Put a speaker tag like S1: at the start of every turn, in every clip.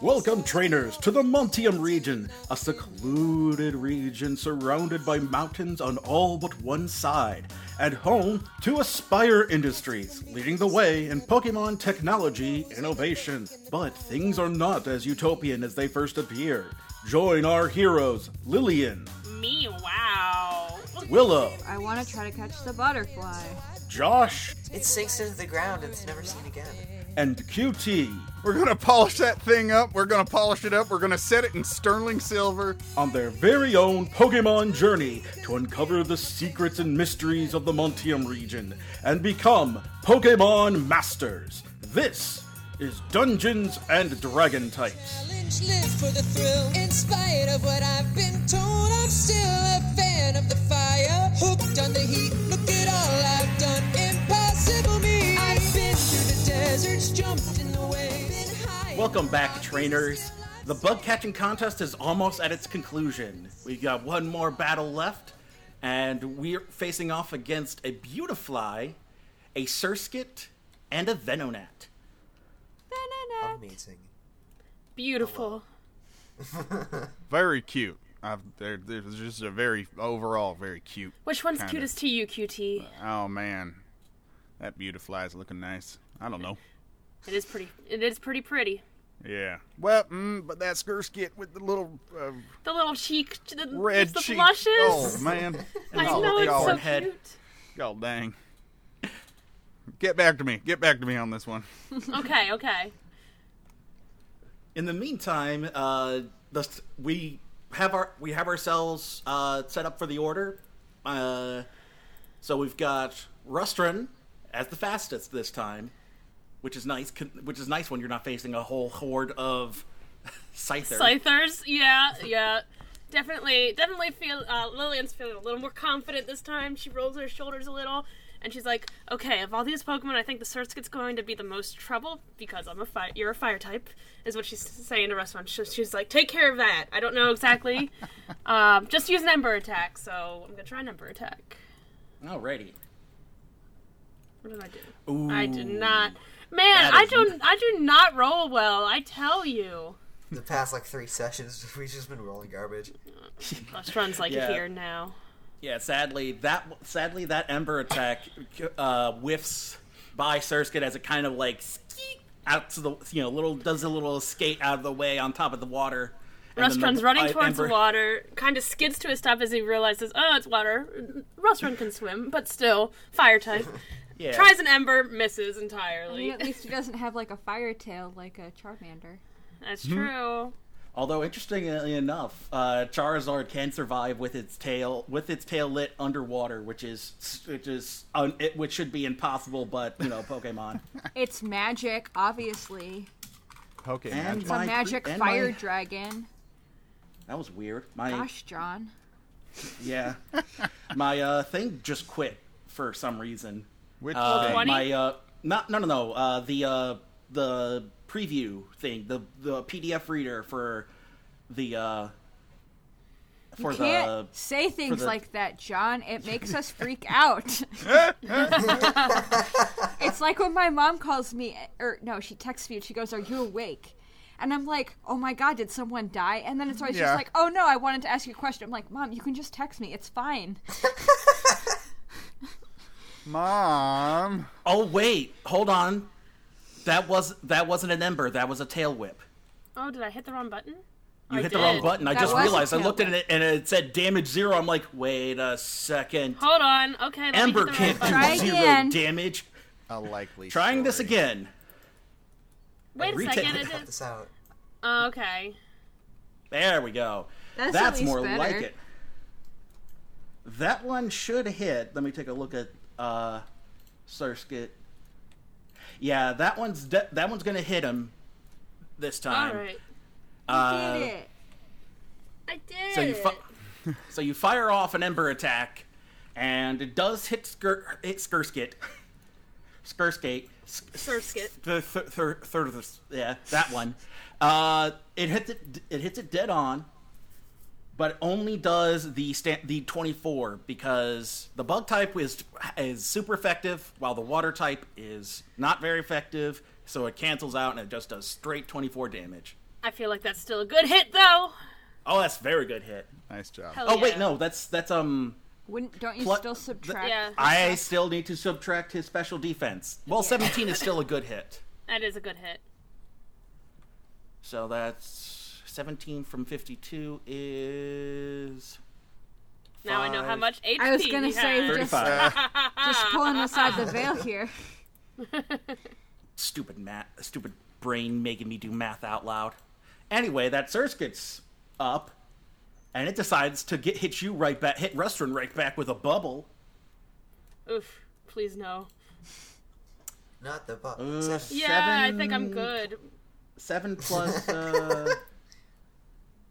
S1: Welcome, trainers, to the Montium region, a secluded region surrounded by mountains on all but one side, and home to Aspire Industries, leading the way in Pokemon technology innovation. But things are not as utopian as they first appear. Join our heroes, Lillian,
S2: Me, wow.
S1: Willow,
S3: I want to try to catch the butterfly.
S1: Josh,
S4: It sinks into the ground and it's never seen again.
S1: and QT
S5: We're gonna polish that thing up. We're gonna polish it up. We're gonna set it in sterling silver.
S1: on their very own Pokemon journey to uncover the secrets and mysteries of the Montium region and become Pokemon Masters. This is Dungeons and Dragon Types.
S6: Challenge, live for the thrill. In spite of what I've been told, I'm still a fan of the fire. Hooked on the heat, look at all I've done. Impossible me. I've been through the deserts, jumped in the waves. Been high
S1: Welcome back, trainers. The bug catching contest is almost at its conclusion. We've got one more battle left, and we're facing off against a Beautifly, a Surskit, and a Venonat.
S3: Banana.
S4: Amazing.
S2: Beautiful.
S5: Very cute. I've, they're, they're just a very overall very cute.
S2: Which one's
S5: Kinda.
S2: cutest to you, QT?
S5: Oh man, that beautifly is looking nice. I don't know.
S2: It is pretty. It is pretty pretty.
S5: Yeah. Well, mm, but that skirskit with the little uh,
S2: The little cheek, the,
S5: red
S2: the
S5: cheek.
S2: blushes.
S5: Oh man.
S2: I
S5: Y'all-
S2: know it's
S5: y'all-
S2: so
S1: head.
S2: cute.
S5: y'all dang. Get back to me. Get back to me on this one.
S2: Okay, okay.
S1: In the meantime, uh, the, we have our we have ourselves uh, set up for the order. Uh, so we've got Rustran as the fastest this time, which is nice. con- Which is nice when you're not facing a whole horde of Scyther.
S2: Scythers, yeah, yeah. Definitely, definitely feel uh, Lillian's feeling a little more confident this time. She rolls her shoulders a little, and she's like, "Okay, of all these Pokemon, I think the Surskit's going to be the most trouble because I'm a fire. You're a fire type," is what she's saying to Restaurant. She- she's like, "Take care of that." I don't know exactly. um, just use an Ember attack, so I'm gonna try an Ember attack.
S1: Alrighty.
S2: What did I do?
S1: Ooh.
S2: I did not. Man,
S1: That
S2: I
S1: is-
S2: don't. I do not roll well. I tell you.
S4: The past like three sessions, we've just been rolling garbage.
S2: Restaurant's like
S1: Yeah.
S2: here now.
S1: Yeah, sadly that sadly that Ember attack uh, whiffs by Surskit as it kind of like skeet out to the you know little does a little skate out of the way on top of the water. And then
S2: Rustrun's running
S1: I-
S2: towards
S1: Ember-
S2: the water, kind of skids to a stop as he realizes, oh, it's water. Rustrun can swim, but still, fire type.
S1: Yeah.
S2: Tries an ember, misses
S3: I
S2: entirely.
S3: mean, at least he doesn't have like a fire tail like a Charmander.
S2: That's
S1: Mm-hmm.
S2: true.
S1: Although interestingly enough, uh, Charizard can survive with its tail with its tail lit underwater, which is which is un, it, which should be impossible, but you know Pokemon.
S3: It's magic, obviously.
S5: Okay.
S1: And
S3: It's a
S1: My
S3: magic
S1: cre- and
S3: fire
S1: my-
S3: dragon.
S1: That was weird. My
S3: Gosh, John.
S1: yeah, my uh, thing just quit for some reason.
S5: Which
S1: Uh,
S5: thing?
S2: Funny.
S1: my uh, not no no no uh, the uh, the preview thing the the PDF reader for the uh, for
S3: you
S1: the
S3: can't say things
S1: the-
S3: like that, John. It makes us freak out. it's like when my mom calls me, or no, she texts me and she goes, "Are you awake?" And I'm like, "Oh my god, did someone die?" And then it's always
S5: Yeah.
S3: just like, "Oh no, I wanted to ask you a question." I'm like, "Mom, you can just text me. It's fine."
S5: Mom.
S1: oh wait hold on that was that wasn't an ember that was a tail whip
S2: Oh, did I hit the wrong button?
S1: you
S2: I
S1: hit the
S2: did.
S1: wrong button I
S3: That
S1: just
S3: was a
S1: realized I
S3: tail
S1: looked at it and it said damage zero I'm like wait a second
S2: Hold on. Okay, let
S1: ember
S2: me hit
S1: can't
S2: the wrong button.
S3: Try
S1: do zero
S3: again.
S1: damage
S5: A likely.
S1: trying this
S5: story.
S1: again
S2: Wait a
S1: Retake.
S2: second. It
S4: Cut
S2: did...
S4: this out.
S2: oh, okay.
S1: there we go
S3: That's, at
S1: That's
S3: least
S1: more
S3: better.
S1: like it. That one should hit. Let me take a look at uh Surskit. Yeah, that one's de- that one's gonna hit him this
S2: All
S1: time.
S2: right.
S1: Uh,
S3: Did it.
S2: I did.
S1: So you fi- so you fire off an ember attack, and it does hit Skir- hit Skirskit. Skirskate. Sk-
S2: Surskit.
S1: Th- th- th- third of this, yeah, that one. Uh, it hits it. It hits it dead on, but only does the sta- the 24 because the bug type is is super effective while the water type is not very effective, so it cancels out and it just does straight 24 damage.
S2: I feel like that's still a good hit, though.
S1: Oh, that's very good hit.
S5: Nice job.
S2: Hell
S1: Oh wait,
S2: yeah.
S1: no, that's that's um
S3: Wouldn't don't you
S1: Plu-
S3: still subtract?
S2: Yeah,
S1: I still need to subtract his special defense. Well, 17 is still a good hit.
S2: that is a good hit.
S1: So that's 17 from 52 is
S2: Now I know how
S1: Five.
S2: much HP.
S3: I was gonna
S2: he
S3: say
S2: has.
S3: just,
S1: 35.
S3: just pulling aside the veil here.
S1: stupid math, stupid brain making me do math out loud. Anyway, that Sursk gets up, and it decides to get hit you right back, hit Restron right back with a bubble.
S2: Oof. Please no.
S4: Not the buck.
S2: Yeah, I
S1: Seven-
S2: think I'm good.
S1: Seven plus. Uh,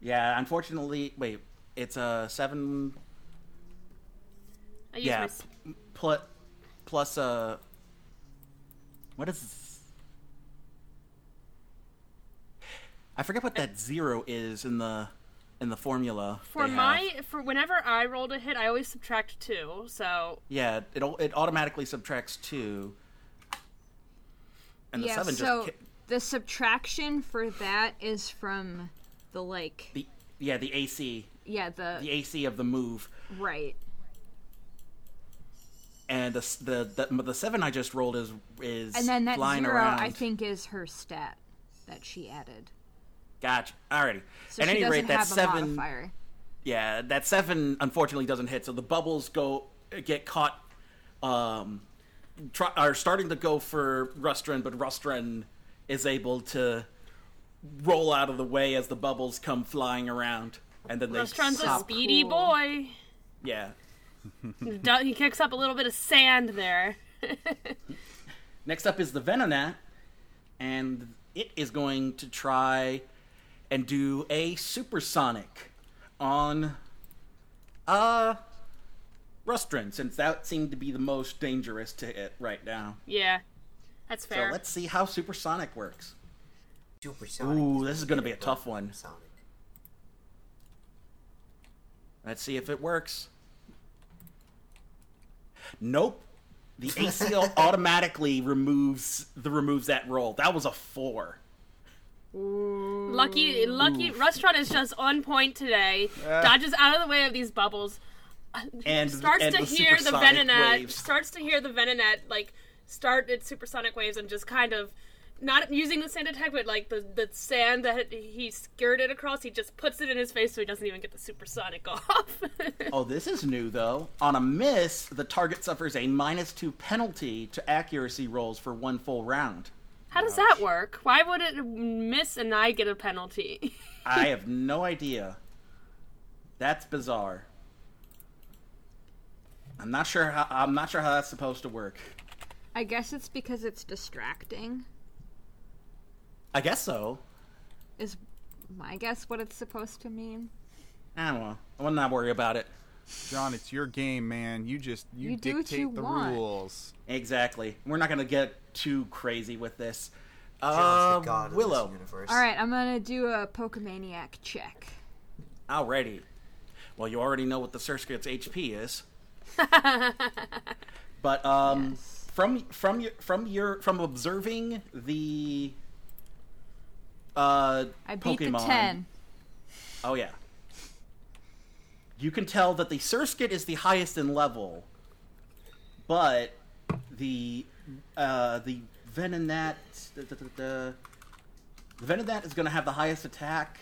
S1: yeah, unfortunately, wait, it's a uh, seven
S2: I use
S1: Yeah.
S2: my s-
S1: plus plus uh what is this? I forget what that zero is in the in the formula.
S2: for
S1: they have.
S2: my for whenever I rolled a hit, I always subtract two. So
S1: yeah, it au- it automatically subtracts two, and the
S3: yeah,
S1: seven
S3: so
S1: just ki-
S3: the subtraction for that is from the like
S1: the yeah the AC
S3: yeah the,
S1: the AC of the move
S3: right
S1: and the s- the the, the seven I just rolled is is
S3: and then that
S1: flying
S3: zero
S1: around.
S3: I think is her stat that she added.
S1: Gotcha. Alrighty.
S3: So
S1: At
S3: she
S1: any
S3: doesn't
S1: rate, that
S3: have a
S1: seven.
S3: modifier.
S1: Yeah, that seven unfortunately doesn't hit, so the bubbles go get caught. Um, try, are starting to go for Rustren, but Rustren is able to roll out of the way as the bubbles come flying around, and then they
S2: Rustron's a
S1: stop.
S2: speedy
S3: cool.
S2: boy.
S1: Yeah.
S2: Du- he kicks up a little bit of sand there.
S1: Next up is the Venonat, and it is going to try and do a supersonic on uh Rustren, since that seemed to be the most dangerous to hit right now.
S2: Yeah, that's
S1: So
S2: fair.
S1: let's see how supersonic works.
S4: Super
S1: Ooh, this is gonna be a tough one.
S4: Sonic.
S1: Let's see if it works. Nope. The ACL automatically removes the removes that roll. That was a four.
S2: lucky, lucky restaurant is just on point today. Dodges out of the way of these bubbles.
S1: And
S2: Starts
S1: and
S2: to
S1: the
S2: hear the
S1: supersonic
S2: venonat.
S1: waves.
S2: Starts to hear the venonat like start its supersonic waves and just kind of. Not using the sand attack, but like the, the sand that he skirted across, he just puts it in his face so he doesn't even get the supersonic off.
S1: Oh, this is new though. On a miss, the target suffers a minus two penalty to accuracy rolls for one full round.
S2: How does that work? Why would it miss and I get a penalty?
S1: I have no idea. That's bizarre. I'm not sure how I'm not sure how that's supposed to work.
S3: I guess it's because it's distracting.
S1: I guess so.
S3: Is my guess what it's supposed to mean?
S1: I don't know. I will not worry about it.
S5: John, it's your game, man. You just you,
S3: You do what
S5: dictate
S3: you
S5: the
S3: want.
S5: rules.
S1: Exactly. We're not gonna get too crazy with this.
S4: John's
S1: Uh,
S4: the god of
S1: Willow.
S4: this universe.
S3: All right, I'm gonna do a Pokemaniac check.
S1: Alrighty. Well, you already know what the Surskrit's HP is. but um,
S3: Yes.
S1: from from your from your from observing the uh
S3: I beat
S1: Pokemon,
S3: the ten.
S1: Oh yeah. You can tell that the Surskit is the highest in level, but the uh, the Venonat the, the, the, the Venonat is going to have the highest attack,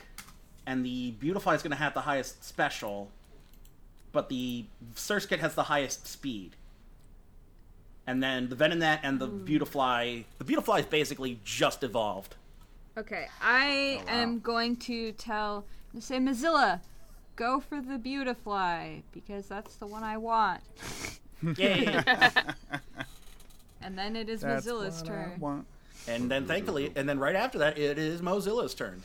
S1: and the Beautify is going to have the highest special, but the Surskit has the highest speed. And then the Venonat and the Beautifly, the Beautifly is basically just evolved.
S3: Okay, I
S1: Oh,
S3: am going to tell to say Mozilla, go for the Beautifly because that's the one I want.
S1: Yay!
S3: And then it is
S5: That's
S3: Mozilla's
S5: what I
S3: turn.
S5: want.
S1: And then thankfully, and then right after that, it is Mozilla's turn.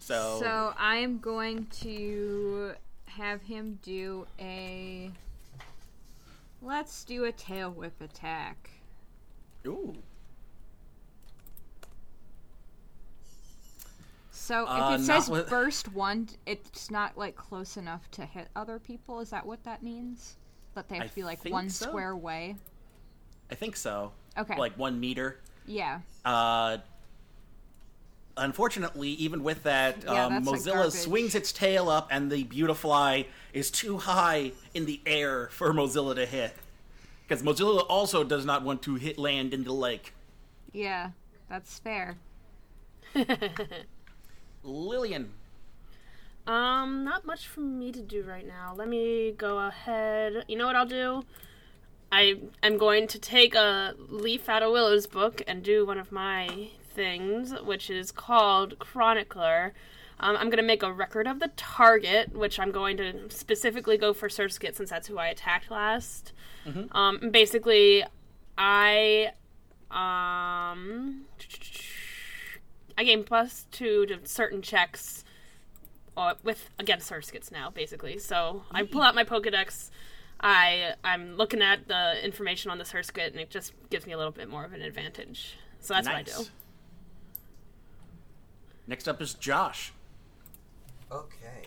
S1: So,
S3: So I'm going to have him do a. Let's do a tail whip attack.
S1: ooh.
S3: So if
S1: Uh,
S3: it
S1: not
S3: says
S1: with-
S3: burst one, it's not like close enough to hit other people. Is that what that means? That they have
S1: I
S3: to be like
S1: think
S3: one
S1: so.
S3: square way.
S1: I think so.
S3: Okay.
S1: Like one meter.
S3: Yeah.
S1: Uh, unfortunately, even with that,
S3: Yeah,
S1: um,
S3: that's, like,
S1: Mozilla
S3: garbage.
S1: swings its tail up, and the Beautifly is too high in the air for Mozilla to hit. Because Mozilla also does not want to hit land in the lake.
S3: Yeah. That's fair.
S1: Lillian,
S2: Um, not much for me to do right now. Let me go ahead. You know what I'll do? I am going to take a leaf out of Willow's book and do one of my things, which is called Chronicler. Um, I'm going to make a record of the target, which I'm going to specifically go for Surskit since that's who I attacked last. Um, and basically, I um, I gain plus two to certain checks uh, with against Surskits now, basically. So I pull out my Pokedex. I I'm looking at the information on the Surskit, and it just gives me a little bit more of an advantage. So that's
S1: nice.
S2: what I do.
S1: Next up is Josh.
S4: Okay.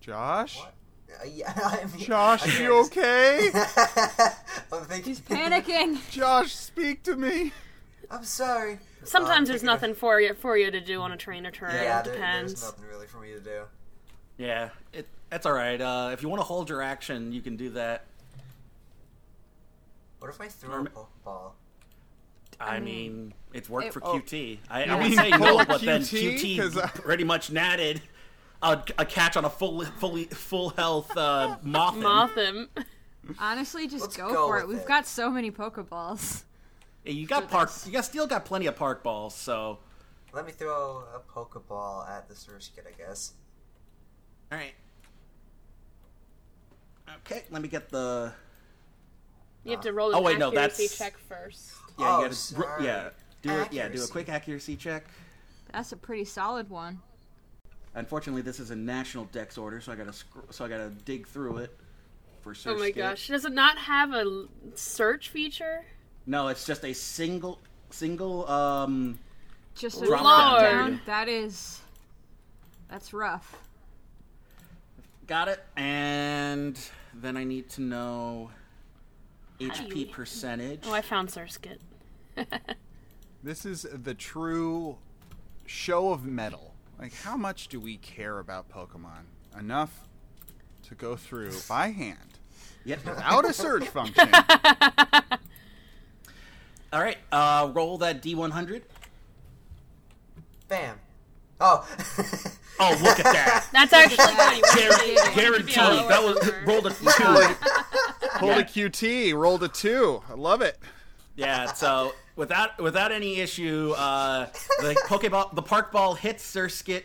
S5: Josh?
S4: What? Uh, yeah, I mean,
S5: Josh,
S4: I
S5: you okay?
S4: I'm thinking.
S3: He's panicking.
S5: Josh, speak to me.
S4: I'm sorry.
S2: Sometimes
S4: Um,
S2: there's nothing for you for you to do on a train or turn.
S4: Yeah,
S2: it
S4: there,
S2: depends.
S4: there's nothing really for me to do.
S1: Yeah, it, that's all right. Uh, if you want to hold your action, you can do that.
S4: What if I throw a
S1: Norm-
S4: pokeball?
S1: I mean, it's worked
S3: it-
S1: for
S5: oh.
S1: QT. I,
S5: You
S1: I would
S5: mean
S1: say
S5: pull
S1: no,
S5: a
S1: but then
S5: QT?
S1: QT
S5: 'Cause I-
S1: pretty much natted a, a catch on a full, fully full health uh, Mothin.
S2: Motham.
S3: Honestly, just
S4: Let's
S3: go,
S4: go
S3: for it.
S4: with
S3: We've
S4: it.
S3: got so many Pokeballs.
S1: Hey, You got park. You got still got plenty of park balls. So,
S4: Let me throw a pokeball at the Surskit, I guess.
S1: all right. Okay, let me get the.
S2: You have to roll an
S1: Oh, wait, no,
S2: accuracy
S1: that's-
S2: check first.
S1: Yeah,
S4: Oh,
S1: you gotta,
S4: sorry.
S1: yeah. Do it. Yeah, do a
S4: Accuracy.
S1: quick accuracy check.
S3: That's a pretty solid one.
S1: Unfortunately, this is a national dex order, so I gotta scr- so I gotta dig through it. For
S2: Oh my
S1: Surskit.
S2: gosh! Does it not have a l- search feature?
S1: No, it's just a single single um
S3: Just a
S1: Drop
S3: drop
S2: down.
S3: down. That is. That's rough.
S1: Got it. And then I need to know
S2: Hi.
S1: HP percentage.
S2: Oh, I found Surskit.
S5: This is the true show of metal. Like, how much do we care about Pokemon? Enough to go through by hand
S1: Yep.
S5: without a search function.
S1: All right. Uh, roll that D100.
S4: Bam. Oh.
S1: Oh, look at that.
S2: That's actually what you want to
S1: Guaranteed.
S2: do. You want it to
S1: Guaranteed.
S2: be a lower
S1: That was
S2: number.
S1: rolled a two.
S5: Pulled a QT, rolled a two. I love it.
S1: yeah. So without without any issue, uh, the Pokeball, the Park Ball hits Surskit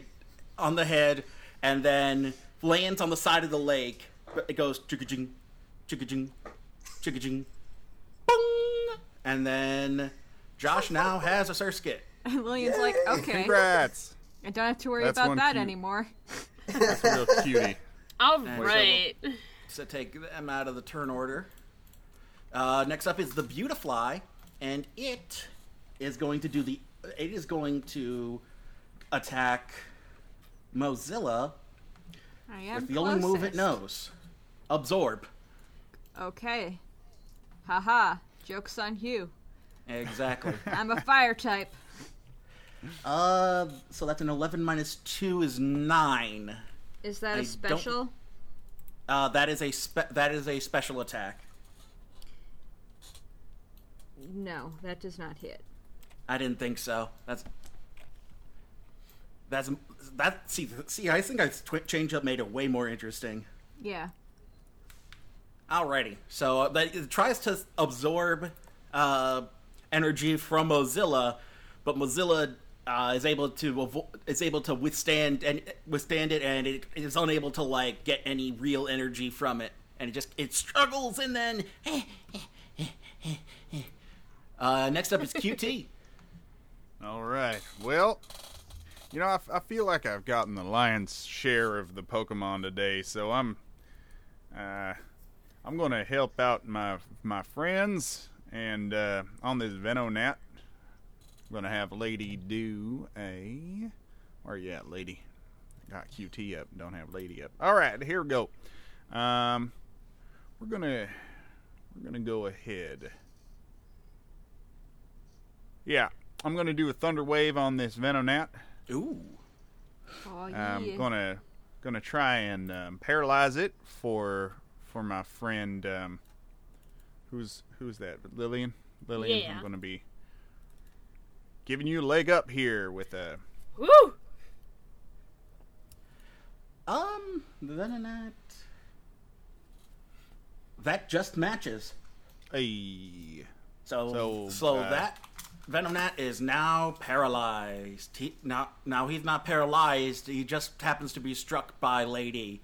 S1: on the head, and then lands on the side of the lake. But It goes chicka-jing, chicka-jing, chicka-jing, boing, and then Josh now has a Surskit.
S3: And Lillian's like, okay,
S5: Congrats.
S3: I don't have to worry
S5: That's
S3: about
S5: one
S3: that
S5: cute-
S3: anymore.
S5: Real cutie.
S2: All
S1: so-
S2: right.
S1: So take them out of the turn order. Uh, next up is the Beautifly, and it is going to do the. It is going to attack Mozilla
S3: I am
S1: with the only move it
S3: closest.
S1: knows, absorb.
S3: Okay. Haha. Joke's on you.
S1: Exactly.
S3: I'm a fire type.
S1: uh, so that's an eleven minus two is nine.
S3: Is that
S1: I
S3: a
S1: don't-
S3: special?
S1: Uh, that is a spe- that is a special attack.
S3: No, that does not hit.
S1: I didn't think so. That's that's that. See, see, I think I twi- change up made it way more interesting.
S3: Yeah.
S1: Alrighty, so uh, that it tries to absorb uh, energy from Mozilla, but Mozilla uh, is able to avo- is able to withstand and withstand it, and it is unable to like get any real energy from it, and it just it struggles, and then uh, next up is QT.
S5: All right. Well, you know, I, f- I feel like I've gotten the lion's share of the Pokemon today, so I'm Uh, I'm gonna help out my my friends, and uh, on this Venonat, I'm gonna have Lady do a. Where you at, Lady? Got QT up. Don't have Lady up. All right, here we go. Um, we're gonna we're gonna go ahead. Yeah, I'm gonna do a thunder wave on this Venonat.
S1: Ooh.
S3: Oh, yeah.
S5: I'm gonna gonna try and um, paralyze it for for my friend. Um, who's who's that? Lillian. Lillian.
S2: Yeah.
S5: I'm gonna be giving you a leg up here with a.
S2: Woo!
S1: Um, then that that just matches.
S5: a
S1: So so,
S5: So, uh,
S1: that Venomnat is now paralyzed. He now now he's not paralyzed. He just happens to be struck by Lady.
S2: Nice.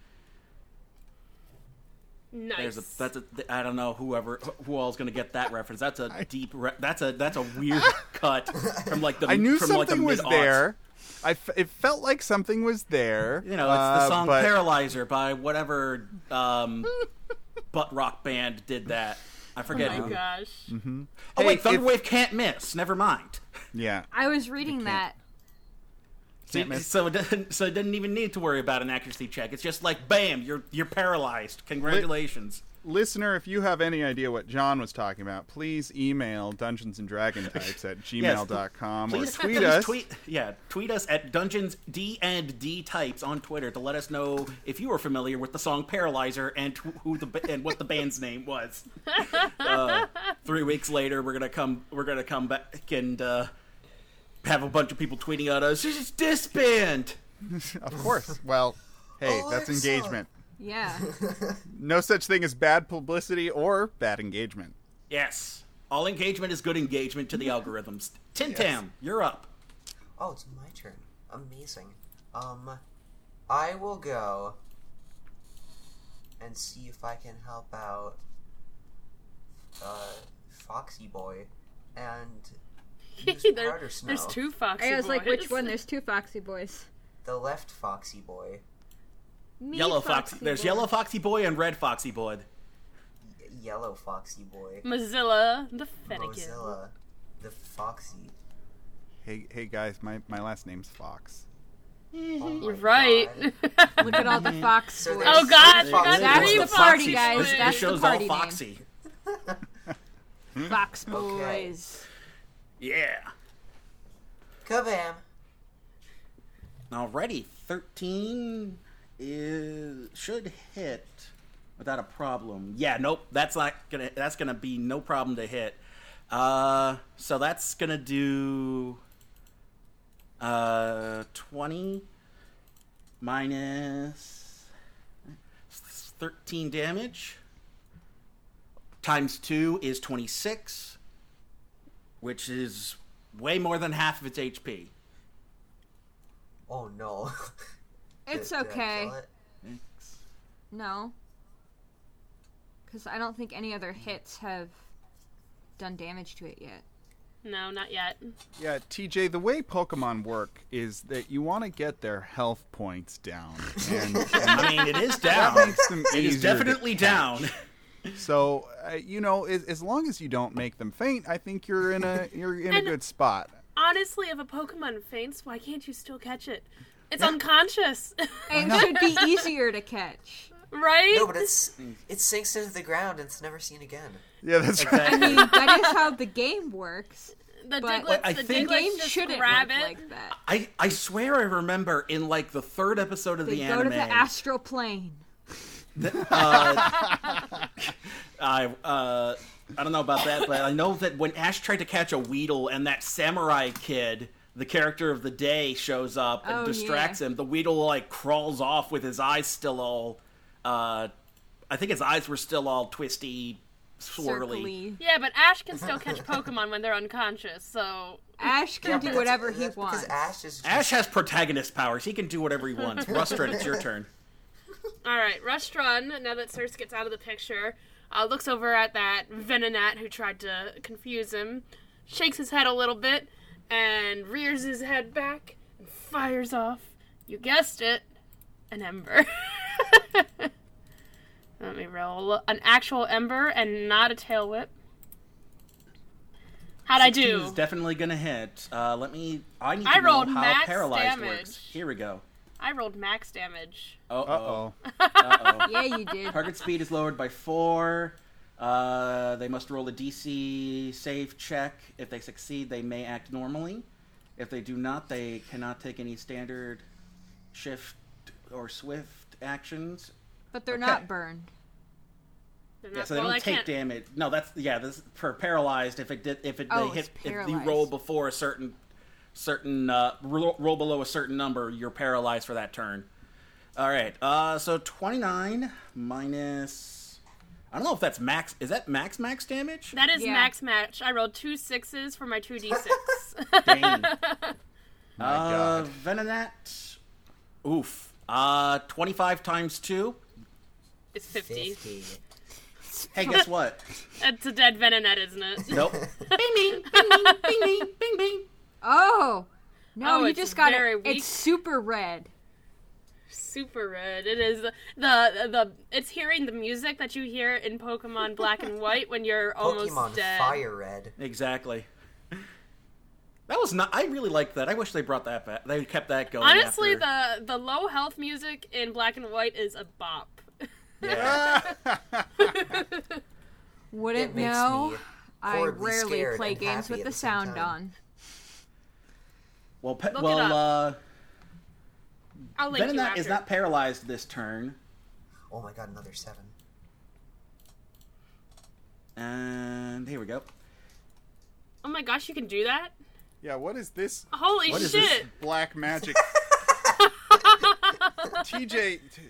S1: There's a that's a I don't know whoever who all's gonna get that reference. That's a deep re- that's a that's a weird cut from like the
S5: I knew
S1: from
S5: something
S1: like the
S5: was
S1: mid-aughts.
S5: there. I f- it felt like something was there.
S1: You know, it's the
S5: uh,
S1: song
S5: but-
S1: "Paralyzer" by whatever um, butt rock band did that. I
S2: oh
S1: forget
S2: my
S1: who.
S2: gosh.
S1: Oh wait,
S5: Hey,
S1: Thunderwave
S5: if-
S1: can't miss. Never mind.
S5: Yeah.
S3: I was reading that.
S5: Can't miss.
S1: So it doesn't. So it doesn't even need to worry about an accuracy check. It's just like bam, you're you're paralyzed. Congratulations.
S5: Listener, if you have any idea what John was talking about, please email dungeons and dragon types at gmail.com
S1: Please
S5: or tweet
S1: please
S5: us.
S1: Tweet, yeah, tweet us at Dungeons D and D Types on Twitter to let us know if you are familiar with the song "Paralyzer" and who who the ba- and what the band's name was. Uh, three weeks later, we're gonna come. We're gonna come back and uh, have a bunch of people tweeting at us. This is disband.
S5: Of course. Well, hey,
S1: Oh,
S5: that's
S4: Alexa.
S5: engagement.
S3: Yeah.
S5: No such thing as bad publicity or bad engagement.
S1: Yes, all engagement is good engagement to the algorithms. Tintam, Tam, you're up.
S4: Oh, it's my turn. Amazing. Um, I will go and see if I can help out uh, Foxy Boy and use
S2: There-
S4: powder snow.
S2: there's two foxy
S3: I was like, which
S2: boys.
S3: one? There's two Foxy Boys.
S4: The left Foxy Boy.
S3: Me,
S1: Yellow foxy. There's
S3: Boy.
S1: yellow foxy boy and red foxy boy.
S4: Y- yellow Foxy Boy.
S2: Mozilla the Fennekin.
S4: Mozilla. The Foxy.
S5: Hey, hey guys, my, my last name's Fox.
S4: Oh my
S2: You're right.
S4: God.
S3: Look at all the Fox
S4: So
S3: Boys.
S4: there's
S2: Oh, God,
S4: three
S2: I forgot
S4: Foxy
S3: that.
S4: Boys.
S3: That's
S1: This-
S3: the
S1: this
S3: party,
S1: Foxy-
S3: guys.
S1: This, this
S3: That's the
S1: show's
S3: party
S1: all foxy.
S3: name. Fox
S1: Hmm?
S4: Okay.
S3: Boys.
S1: Yeah.
S4: Kabam.
S1: Alrighty, thirteen is should hit without a problem. Yeah, nope. That's not gonna. That's gonna be no problem to hit. Uh, so that's gonna do uh twenty minus thirteen damage times two is twenty six, which is way more than half of its HP.
S4: Oh no.
S3: It's
S4: Did- did I
S3: okay.
S4: kill it?
S3: No. Because I don't think any other hits have done damage to it yet.
S2: No, not yet.
S5: Yeah, TJ, the way Pokemon work is that you want to get their health points down. And
S1: I mean, it is down.
S5: makes them
S1: It is
S5: easier to
S1: definitely down.
S5: So uh, you know, as, as long as you don't make them faint, I think you're in a you're in a
S2: And-
S5: good spot.
S2: Honestly, if a Pokemon faints, why can't you still catch it? It's unconscious,
S3: It should be easier to catch.
S2: right?
S4: No, but it's it sinks into the ground and it's never seen again.
S5: Yeah, that's right.
S3: I mean, that is how the game works.
S2: the
S3: but-
S2: Diglets,
S1: I
S2: the
S1: think-
S2: Diglets
S3: Game
S2: just
S3: shouldn't
S2: grab
S3: work
S2: it.
S3: like that.
S1: I, I swear I remember in like the third episode of
S3: They
S1: the
S3: go
S1: anime.
S3: to the astral plane.
S1: I uh, I don't know about that, but I know that when Ash tried to catch a Weedle and that samurai kid, the character of the day, shows up and
S3: Oh,
S1: distracts
S3: yeah.
S1: him, the Weedle like crawls off with his eyes still all. Uh, I think his eyes were still all twisty, swirly.
S3: Circly.
S2: Yeah, but Ash can still catch Pokemon when they're unconscious, so
S3: Ash can do
S4: That's-
S3: whatever he
S4: that's
S3: wants.
S4: Because Ash is just
S1: Ash has protagonist powers. He can do whatever he wants. Rustron, it's your turn.
S2: All right, Rustron, now that Circe gets out of the picture, uh, looks over at that Venonat who tried to confuse him, shakes his head a little bit, and rears his head back and fires off, you guessed it, an ember. Let me roll an actual ember and not a tail whip. How'd I
S1: Is
S2: do?
S1: definitely gonna hit. Uh, let me. I need to
S2: I
S1: know
S2: rolled
S1: how
S2: max
S1: paralyzed
S2: damage.
S1: works. Here we go.
S2: I rolled max damage.
S1: Oh,
S5: Uh oh.
S3: Yeah, you did.
S1: Target speed is lowered by four. Uh, they must roll a DC save check. If they succeed, they may act normally. If they do not, they cannot take any standard shift or swift actions.
S3: But they're
S1: Okay.
S3: not burned.
S2: They're
S1: Yeah,
S2: not-
S1: so they
S2: well,
S1: don't
S2: I
S1: take
S2: can't-
S1: damage. No, that's yeah. This for paralyzed. If it did, if it
S3: Oh,
S1: they hit,
S3: it's
S1: if you
S3: paralyzed.
S1: roll before a certain certain uh, roll, roll below a certain number, you're paralyzed for that turn. All right. Uh, so twenty nine minus. I don't know if that's max. Is that max max damage?
S2: That is
S3: Yeah.
S2: max match. I rolled two sixes for my two d6.
S1: Dang. My uh,
S5: God.
S1: Venonat. Oof. Uh, twenty five times two.
S2: it's 50.
S4: Fifty.
S1: Hey, guess what?
S2: It's a dead Venonet, isn't it?
S1: nope.
S3: Oh! No,
S2: Oh,
S3: you
S2: it's
S3: just got
S2: very
S3: it.
S2: weak.
S3: It's super red.
S2: Super red. It is the, the the it's hearing the music that you hear in Pokemon Black and White when you're almost
S4: Pokemon
S2: dead.
S4: Fire Red.
S1: Exactly. That was not. I really liked that. I wish they brought that back. They kept that going.
S2: Honestly,
S1: after.
S2: the the low health music in Black and White is a bop.
S1: Yeah.
S3: Wouldn't
S4: It makes
S3: know.
S4: me
S3: I
S4: horribly
S3: rarely
S4: scared
S3: play
S4: and
S3: games
S4: happy
S3: with
S4: at
S3: the,
S4: the same
S3: sound
S4: time.
S3: on.
S1: well, pe-
S2: it
S1: well, uh,
S2: I'll link you
S1: Venonat
S2: after.
S1: is not paralyzed this turn,
S4: Oh my god, another seven.
S1: and here we go.
S2: oh my gosh, you can do that!
S5: Yeah, what is this?
S2: Holy
S1: What is
S2: Oh, shit!
S1: this?
S5: Black magic. TJ, t-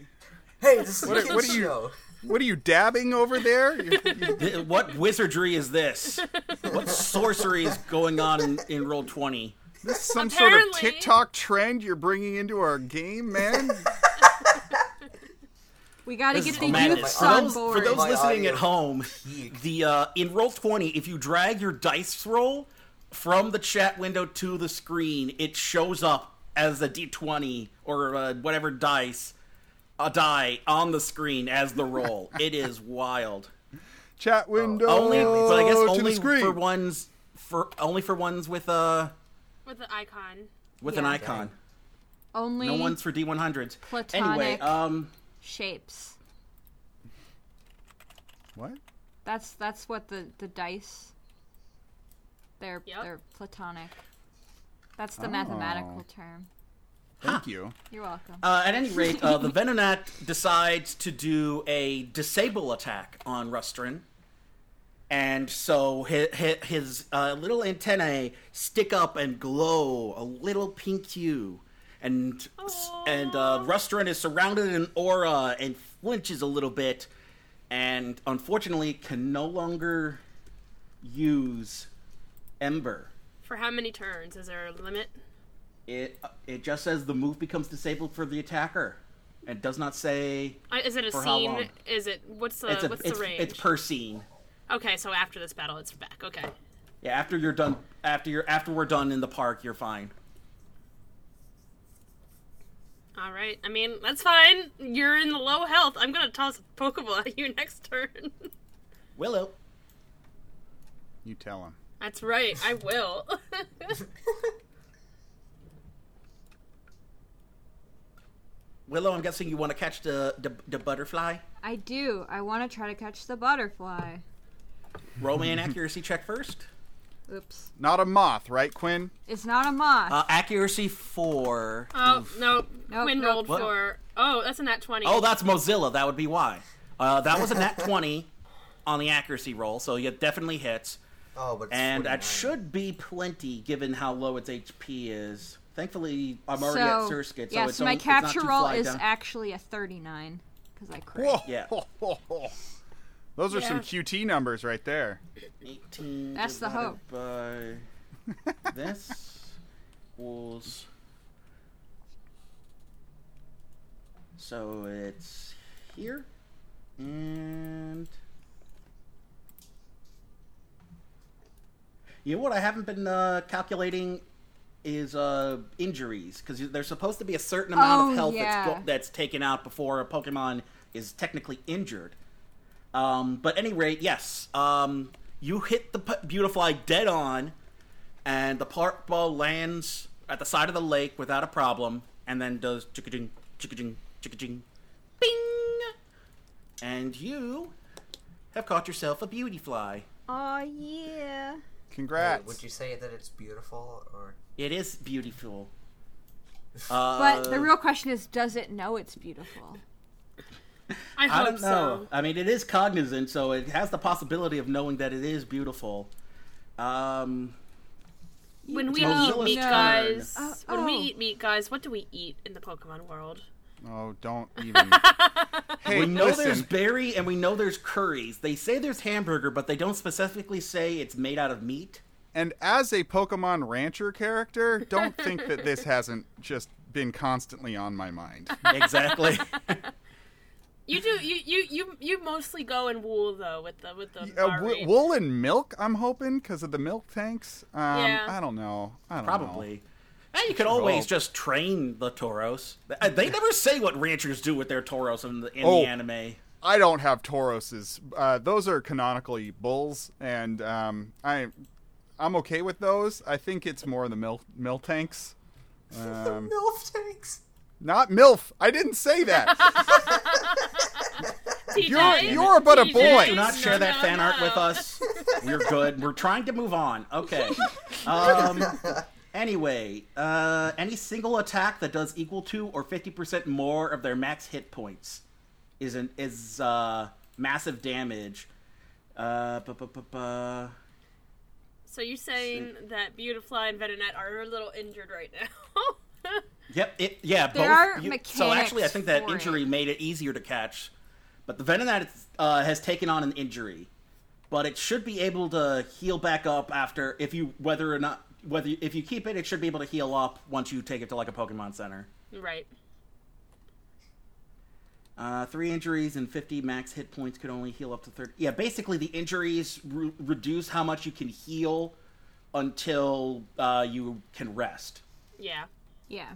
S4: Hey, this is
S5: What
S4: a
S5: are-
S4: kids
S5: what are you-
S4: show.
S5: what are you dabbing over there? You- you-
S1: Th- what wizardry is this? What sorcery is going on in, in roll twenty?
S5: this is some sort of
S2: Apparently-
S5: TikTok trend you're bringing into our game, man.
S3: We gotta
S1: This
S3: get
S1: is
S3: the
S4: madness.
S3: youths
S1: For
S4: My
S3: on
S1: those,
S3: board.
S1: for those
S4: My
S1: listening
S4: audio
S1: at home,
S4: peaked.
S1: the uh, in roll twenty, if you drag your dice roll from the chat window to the screen, it shows up as a d twenty or uh, whatever dice a die on the screen as the roll. it is wild.
S5: Chat window.
S1: Oh. Only, but I guess
S5: Oh, to the
S1: only
S5: screen.
S1: for ones for only for ones with a
S2: With the icon.
S1: with an
S3: Yeah.
S1: icon.
S3: Only
S1: No one's for d one hundreds. Anyway,
S3: Platonic.
S1: um,
S3: shapes.
S5: What?
S3: That's that's what the the dice. They're
S2: Yep.
S3: they're platonic. That's
S1: Oh.
S3: the mathematical term.
S5: Thank you.
S3: You're welcome.
S1: Uh, at any rate, uh, the Venonat decides to do a disable attack on Rustrin. And so his, his uh, little antennae stick up and glow a little pink hue. And, and uh, Rustrin is surrounded in aura and flinches a little bit. And unfortunately, can no longer use Ember.
S2: For how many turns? Is there a limit?
S1: It, it just says the move becomes disabled for the attacker. It does not say
S2: I- Uh, Is it a
S1: For how long?
S2: scene? Is it what's
S3: Uh,
S2: the
S1: it's a,
S2: what's
S1: it's,
S2: the range?
S1: it's per scene.
S2: okay, so after this battle, it's back. Okay.
S1: Yeah, after you're done, after you're after we're done in the park, you're fine.
S2: All right. I mean, that's fine. You're in the low health. I'm gonna toss a Pokeball at you next turn.
S1: Willow,
S5: You tell him.
S2: that's right. I will.
S1: Willow, I'm guessing you want to catch the the, the butterfly.
S3: I do. I want to try to catch the butterfly.
S1: Roll an accuracy check first.
S3: Oops.
S5: Not a moth, right, Quinn?
S3: It's not a moth.
S1: Uh, accuracy four.
S3: Uh.
S2: oh no!
S3: Nope,
S2: Quinn
S3: nope.
S2: rolled
S1: What?
S2: for. Oh, that's a nat twenty.
S1: Oh, that's Mozilla. That would be why. Uh, that was a nat twenty on the accuracy roll, so it definitely hits,
S4: Oh, but it's
S1: and
S4: 49.
S1: that should be plenty given how low its HP is. Thankfully, I'm already at Surskit, so
S3: yeah,
S1: it's
S3: so my
S1: only- it's not
S3: capture
S1: too
S3: roll
S1: fly
S3: is
S1: down.
S3: actually a 39 because I crit.
S5: Whoa.
S1: Yeah.
S5: Those are some
S2: Yeah.
S5: QT numbers right there.
S1: 18
S3: That's the
S1: divided by this equals so it's here and you know what i haven't been uh, calculating is uh, injuries because there's supposed to be a certain amount
S3: Oh,
S1: of health
S3: yeah.
S1: that's, go- that's taken out before a pokemon is technically injured Um, but any rate, yes, um, you hit the p- Beautifly dead on, and the park ball lands at the side of the lake without a problem, and then does chicka-jing, chicka-jing, chicka-jing, bing, and you have caught yourself a beauty fly.
S3: Oh yeah.
S5: Congrats.
S4: Would you say that it's beautiful or
S1: It is beautiful. Uh,
S3: But the real question is, does it know it's beautiful?
S2: I hope
S1: I don't know.
S2: so.
S1: I mean, it is cognizant, so it has the possibility of knowing that it is beautiful. Um,
S2: When we
S1: don't
S2: eat meat,
S1: know.
S2: guys,
S3: Oh,
S2: when we
S3: oh.
S2: eat meat, guys, what do we eat in the Pokemon world?
S5: Oh, don't even. hey,
S1: we know
S5: listen.
S1: there's berry and we know there's curries. They say there's hamburger, but they don't specifically say it's made out of meat.
S5: And as a Pokemon Rancher character, don't think that this hasn't just been constantly on my mind.
S1: Exactly.
S2: You do. You you you you mostly go in wool though with the with the.
S5: Uh,
S2: bar
S5: w-
S2: rate.
S5: wool and milk, I'm hoping, because of the milk tanks. Um,
S2: Yeah.
S5: I don't know. I don't know.
S1: Probably. And you could always just train the toros. Uh, They never say what ranchers do with their toros in the, in
S5: Oh.
S1: the anime.
S5: I don't have Tauroses. Uh, those are canonically bulls, and um, I, I'm okay with those. I think it's more the milk milk tanks. Um,
S4: milf tanks?
S5: not milf. I didn't say that.
S2: TJ,
S5: You're you're but a
S1: Do
S2: TJ,
S5: boy.
S1: not
S2: No,
S1: share that
S2: no,
S1: fan art
S2: no.
S1: with us. We're good. We're trying to move on. Okay. Um, anyway, uh, any single attack that does equal to or fifty percent more of their max hit points is an, is uh, massive damage. Uh, bu- bu- bu- bu-
S2: So you're saying that Beautifly and Venonat are a little injured right now?
S1: Yep. It, yeah.
S3: There
S1: both.
S3: are
S1: you- so actually, I
S3: mechanics
S1: think that
S3: for
S1: injury
S3: it.
S1: made it easier to catch, but the Venonat uh, has taken on an injury, but it should be able to heal back up after if you whether or not whether if you keep it, it should be able to heal up once you take it to like a Pokemon Center.
S2: right.
S1: Uh, three injuries and 50 max hit points could only heal up to 30. Yeah, basically, the injuries re- reduce how much you can heal until uh, you can rest.
S2: Yeah.
S3: Yeah.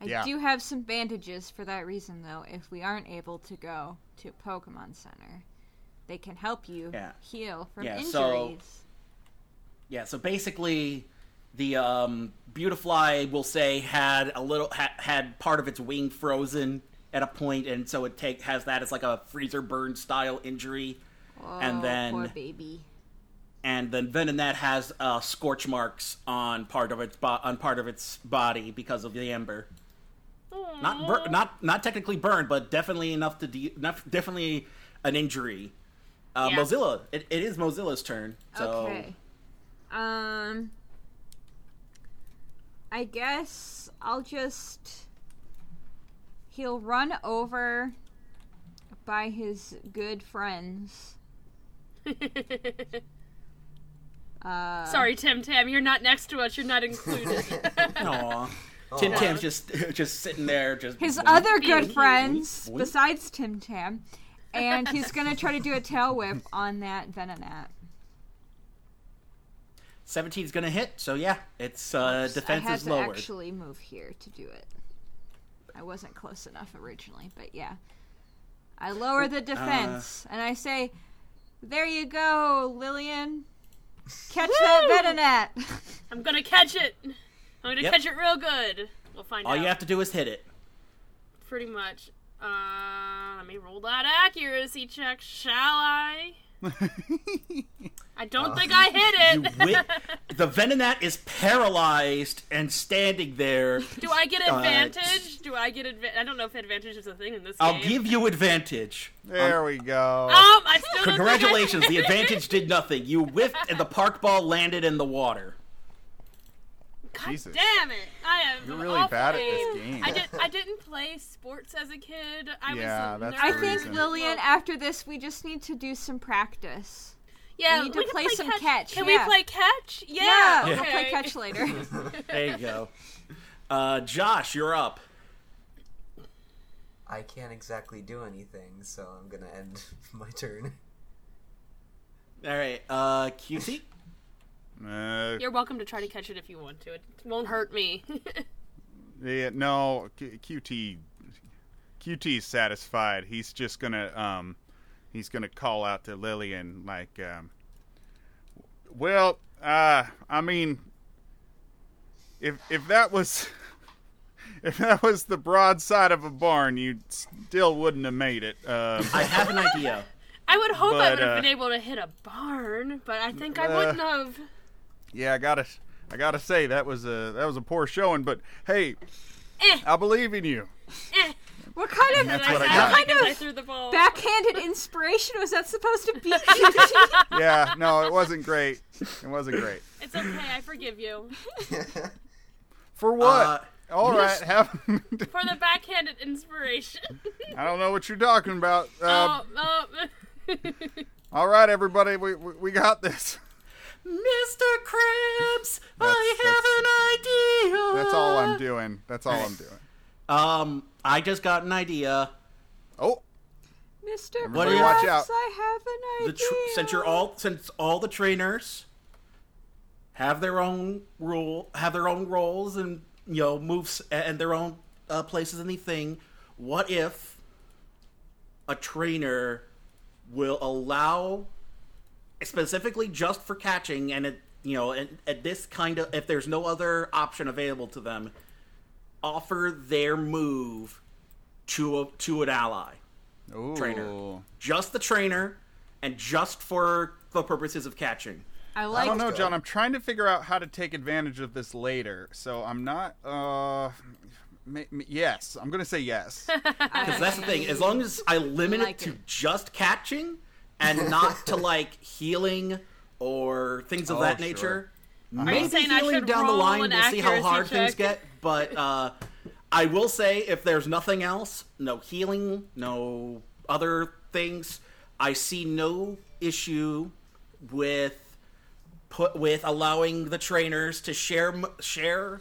S3: I
S5: Yeah.
S3: do have some bandages for that reason, though. If we aren't able to go to Pokemon Center, they can help you
S1: Yeah.
S3: heal from
S1: Yeah,
S3: injuries.
S1: so- Yeah, so basically, the um, Beautifly will say had a little ha- had part of its wing frozen at a point, and so it take has that as like a freezer burn style injury,
S3: Oh,
S1: and
S3: poor
S1: then
S3: baby.
S1: and then Venonat has uh, scorch marks on part of its bo- on part of its body because of the ember. Not bur- not not technically burned, but definitely enough to de- not, definitely an injury. Uh,
S2: Yeah.
S1: Mozilla, it, it is Mozilla's turn. So.
S3: Okay. Um. I guess I'll just. He'll run over by his good friends. Uh,
S2: Sorry, Tim Tam, you're not next to us. You're not included.
S1: Aw. Tim Tam's just just sitting there, just
S3: his
S1: boink,
S3: other
S1: boink,
S3: good friends
S1: boink.
S3: besides Tim Tam, and he's gonna try to do a tail whip on that Venonat.
S1: Seventeen's gonna hit, so yeah, it's uh, defense
S3: I had
S1: is
S3: to
S1: lowered.
S3: actually move here to do it. I wasn't close enough originally, but yeah. I lower
S5: Uh,
S3: the defense and I say, "There you go, Lillian. Catch that Venonat."
S2: I'm gonna catch it. I'm gonna
S1: Yep. Oh,
S2: catch it real good. We'll find
S1: All
S2: out.
S1: you have to do is hit it.
S2: Pretty much. Uh, let me roll that accuracy check, shall I? I don't think
S1: Uh,
S2: I
S1: You
S2: hit it.
S1: win. the Venonat is paralyzed and standing there.
S2: Do I get
S1: Uh,
S2: advantage? Do I get advantage? I don't know if advantage is a thing in this
S1: I'll
S2: game.
S1: give you advantage.
S5: There we go.
S2: Um, I still don't think I-
S1: Congratulations, the advantage did nothing. You whiffed, and the park ball landed in the water.
S2: God
S5: Jesus.
S2: damn it! I am.
S5: You're really
S2: awful
S5: bad at this
S2: game.
S5: game.
S2: I did. I didn't play sports as a kid. I
S5: Yeah,
S2: was. a
S5: that's
S2: nerd.
S3: I
S5: the
S3: think
S5: reason.
S3: Lillian. After this, we just need to do some practice.
S2: Yeah,
S3: we need to
S2: can
S3: play some
S2: catch.
S3: catch,
S2: Can
S3: yeah.
S2: we play catch? Yeah. okay.
S3: we'll play catch later.
S1: There you go. Uh, Josh, you're up.
S4: I can't exactly do anything, so I'm gonna end my turn.
S1: All right, uh, QT.
S5: Uh,
S2: You're welcome to try to catch it if you want to. It won't hurt me.
S5: Yeah, no, Q- QT, QT's satisfied. He's just gonna um, he's gonna call out to Lillian like, um, "Well, uh, I mean, if if that was if that was the broadside of a barn, you still wouldn't have made it." Um,
S1: I have an idea.
S2: I would hope I
S5: But,
S2: would have
S5: uh,
S2: been able to hit a barn, but I think I
S5: uh,
S2: wouldn't have.
S5: yeah, I gotta I gotta say that was a that was a poor showing, but hey,
S2: Eh.
S5: I believe in you.
S2: Eh.
S3: What kind of
S5: That's what I
S2: I
S5: got.
S2: think
S3: kind
S2: I
S3: of
S2: threw the ball.
S3: backhanded inspiration was that supposed to be?
S5: Yeah, no, it wasn't great. It wasn't great.
S2: It's okay. I forgive you
S5: For what?
S1: Uh,
S5: All
S1: you
S5: right,
S1: just-
S5: have.
S2: for the backhanded inspiration.
S5: I don't know what you're talking about. Uh,
S2: oh, oh.
S5: All right, everybody, we we, we got this.
S1: Mr. Krabs,
S5: That's-
S1: I have an idea.
S5: That's all
S1: Uh,
S5: I'm doing. That's all I'm doing.
S1: Um, I just got an idea.
S5: Oh,
S3: Mr.
S1: What do
S3: Krabs,
S1: you-
S5: Watch out.
S3: I have an
S1: The
S3: idea.
S1: tr- since you're all since all the trainers have their own rule, have their own roles, and you know moves and their own uh, places in the thing. What if a trainer will allow specifically just for catching and it you know and at this kind of if there's no other option available to them offer their move to a, to an ally
S5: Ooh.
S1: Trainer. just the trainer and just for the purposes of catching
S3: I
S5: I
S3: like
S5: don't know, John. I'm trying to figure out how to take advantage of this later, so I'm not. Uh, ma- ma- yes, I'm gonna say yes.
S1: because that's the thing as long as i limit
S3: like
S1: it to
S3: it.
S1: just catching and not to like healing or things of
S5: Oh,
S1: that
S5: sure.
S1: nature
S2: Are you
S1: Maybe
S2: saying I
S1: healing
S2: should
S1: down the
S2: roll
S1: line,
S2: an
S1: we'll see how
S2: accuracy
S1: hard
S2: check?
S1: things get. But uh, I will say, if there's nothing else, no healing, no other things, I see no issue with put with allowing the trainers to share m- share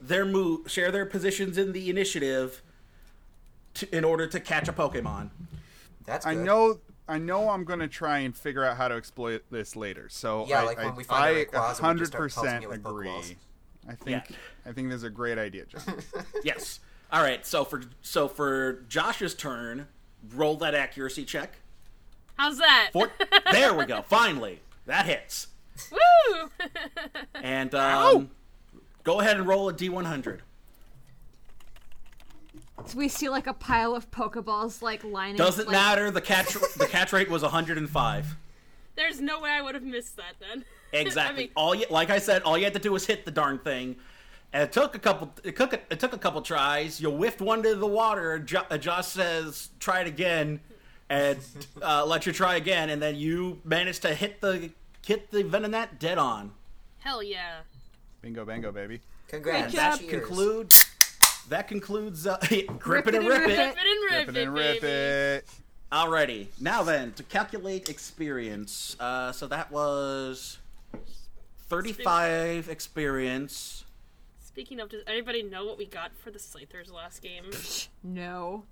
S1: their move share their positions in the initiative to, in order to catch a Pokemon.
S4: That's
S5: I
S4: good.
S5: know. I know I'm gonna try and figure out how to exploit this later. So
S4: Yeah,
S5: I,
S4: like when
S5: I,
S4: we find
S5: I
S4: a Rayquaza, we just start pelting
S5: 100%
S4: it with
S5: agree.
S4: Pokeballs.
S5: I think
S1: Yeah.
S5: I think this is a great idea, John.
S1: Yes. All right. So for so for Josh's turn, roll that accuracy check.
S2: How's that?
S1: Four- there we go. Finally, that hits.
S2: Woo!
S1: And um, go ahead and roll a d100.
S3: we see like a pile of Pokeballs like lining.
S1: Doesn't
S3: like,
S1: matter. The catch the catch rate was 105.
S2: There's no way I would have missed that then.
S1: Exactly. Oh.
S2: I mean,
S1: all you, like I said, all you had to do was hit the darn thing. And it took a couple. It took a, it took a couple tries. You whiffed one to the water. Jo- uh, Josh says, "Try it again," and uh, let you try again. And then you managed to hit the hit the Venonat dead on.
S2: hell yeah.
S5: bingo, bango, baby.
S4: Congrats.
S3: Great job.
S4: Cheers.
S1: Conclude. That concludes. Uh, grip it and
S3: it
S1: rip
S3: and rip
S1: it.
S2: Rip
S3: it.
S2: it and rip,
S5: Rip it and rip
S2: baby.
S5: it.
S1: Alrighty. Now then, to calculate experience. Uh, so that was 35 experience.
S2: Speaking of, does anybody know what we got for the Slathers last game?
S3: No.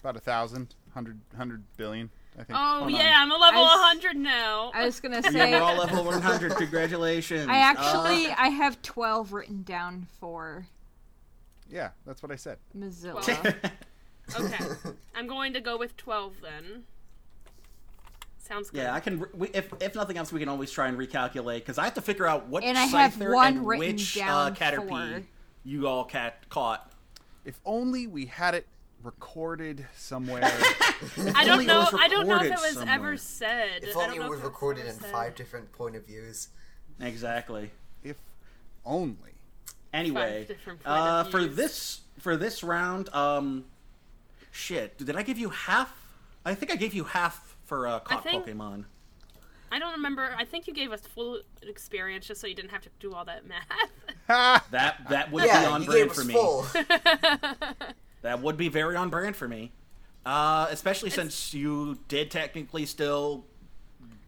S5: About a thousand, hundred, hundred billion. I think.
S2: Oh
S5: Hold on.
S2: yeah, I'm a level
S3: I s-
S2: 100 now.
S3: I was gonna
S1: You
S3: say
S1: are all level 100. Congratulations.
S3: I actually
S1: Uh,
S3: I have twelve written down for
S5: Yeah, that's what I said.
S3: Mozilla.
S2: okay, I'm going to go with 12 then. Sounds good.
S1: yeah, I can. We, if, if nothing else, we can always try and recalculate because I have to figure out what
S3: And I
S1: Scyther
S3: have one
S1: and
S3: written
S1: which uh,
S3: down
S1: Caterpie
S3: for-
S1: you all cat caught.
S5: If only we had it recorded somewhere.
S2: I don't
S1: only it
S2: know.
S1: was
S2: I don't know if it
S1: recorded
S2: was
S1: somewhere.
S2: ever said.
S4: If
S2: I don't
S4: only
S2: know
S4: it
S2: if
S4: was
S2: it was
S4: recorded
S2: ever
S4: in
S2: said.
S4: five different point of views.
S1: Exactly.
S5: if only.
S1: anyway
S2: different point
S1: uh,
S2: of
S1: for
S2: views.
S1: this for this round um shit did i give you half i think i gave you half for uh, caught
S2: think-
S1: pokemon
S2: I don't remember. I think you gave us full experience just so you didn't have to do all that math.
S1: that that would be
S4: Yeah,
S1: on
S4: you gave
S1: brand
S4: us
S1: for me
S4: full.
S1: that would be very on brand for me uh, especially since you did technically still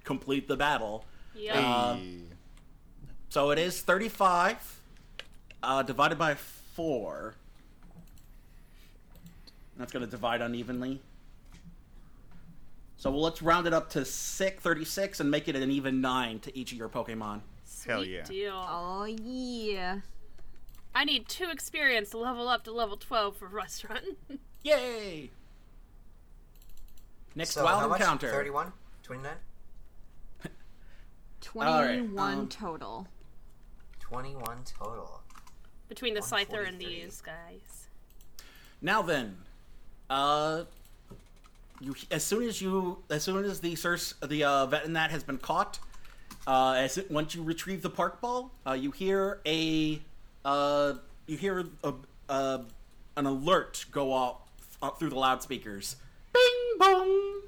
S1: complete the battle
S2: yeah.
S5: Um,
S1: so it is 35 uh, divided by 4 that's going to divide unevenly so let's round it up to six, 36 and make it an even 9 to each of your pokemon
S5: Hell
S2: Sweet
S5: yeah.
S2: Deal.
S3: oh yeah.
S2: I need two experience to level up to level 12 for Restaurant.
S1: yay Next
S4: So
S1: wild
S4: how much?
S1: encounter.
S4: 31? 29?
S3: 21
S1: um,
S3: total.
S4: 21 total.
S2: Between the Scyther and
S4: 143.
S2: these guys.
S1: Now then, uh, you as soon as you as soon as the search the uh, vet in that has been caught, uh, as it, once you retrieve the park ball, uh, you hear a uh, you hear a, a, an alert go off uh, through the loudspeakers. Bing bong.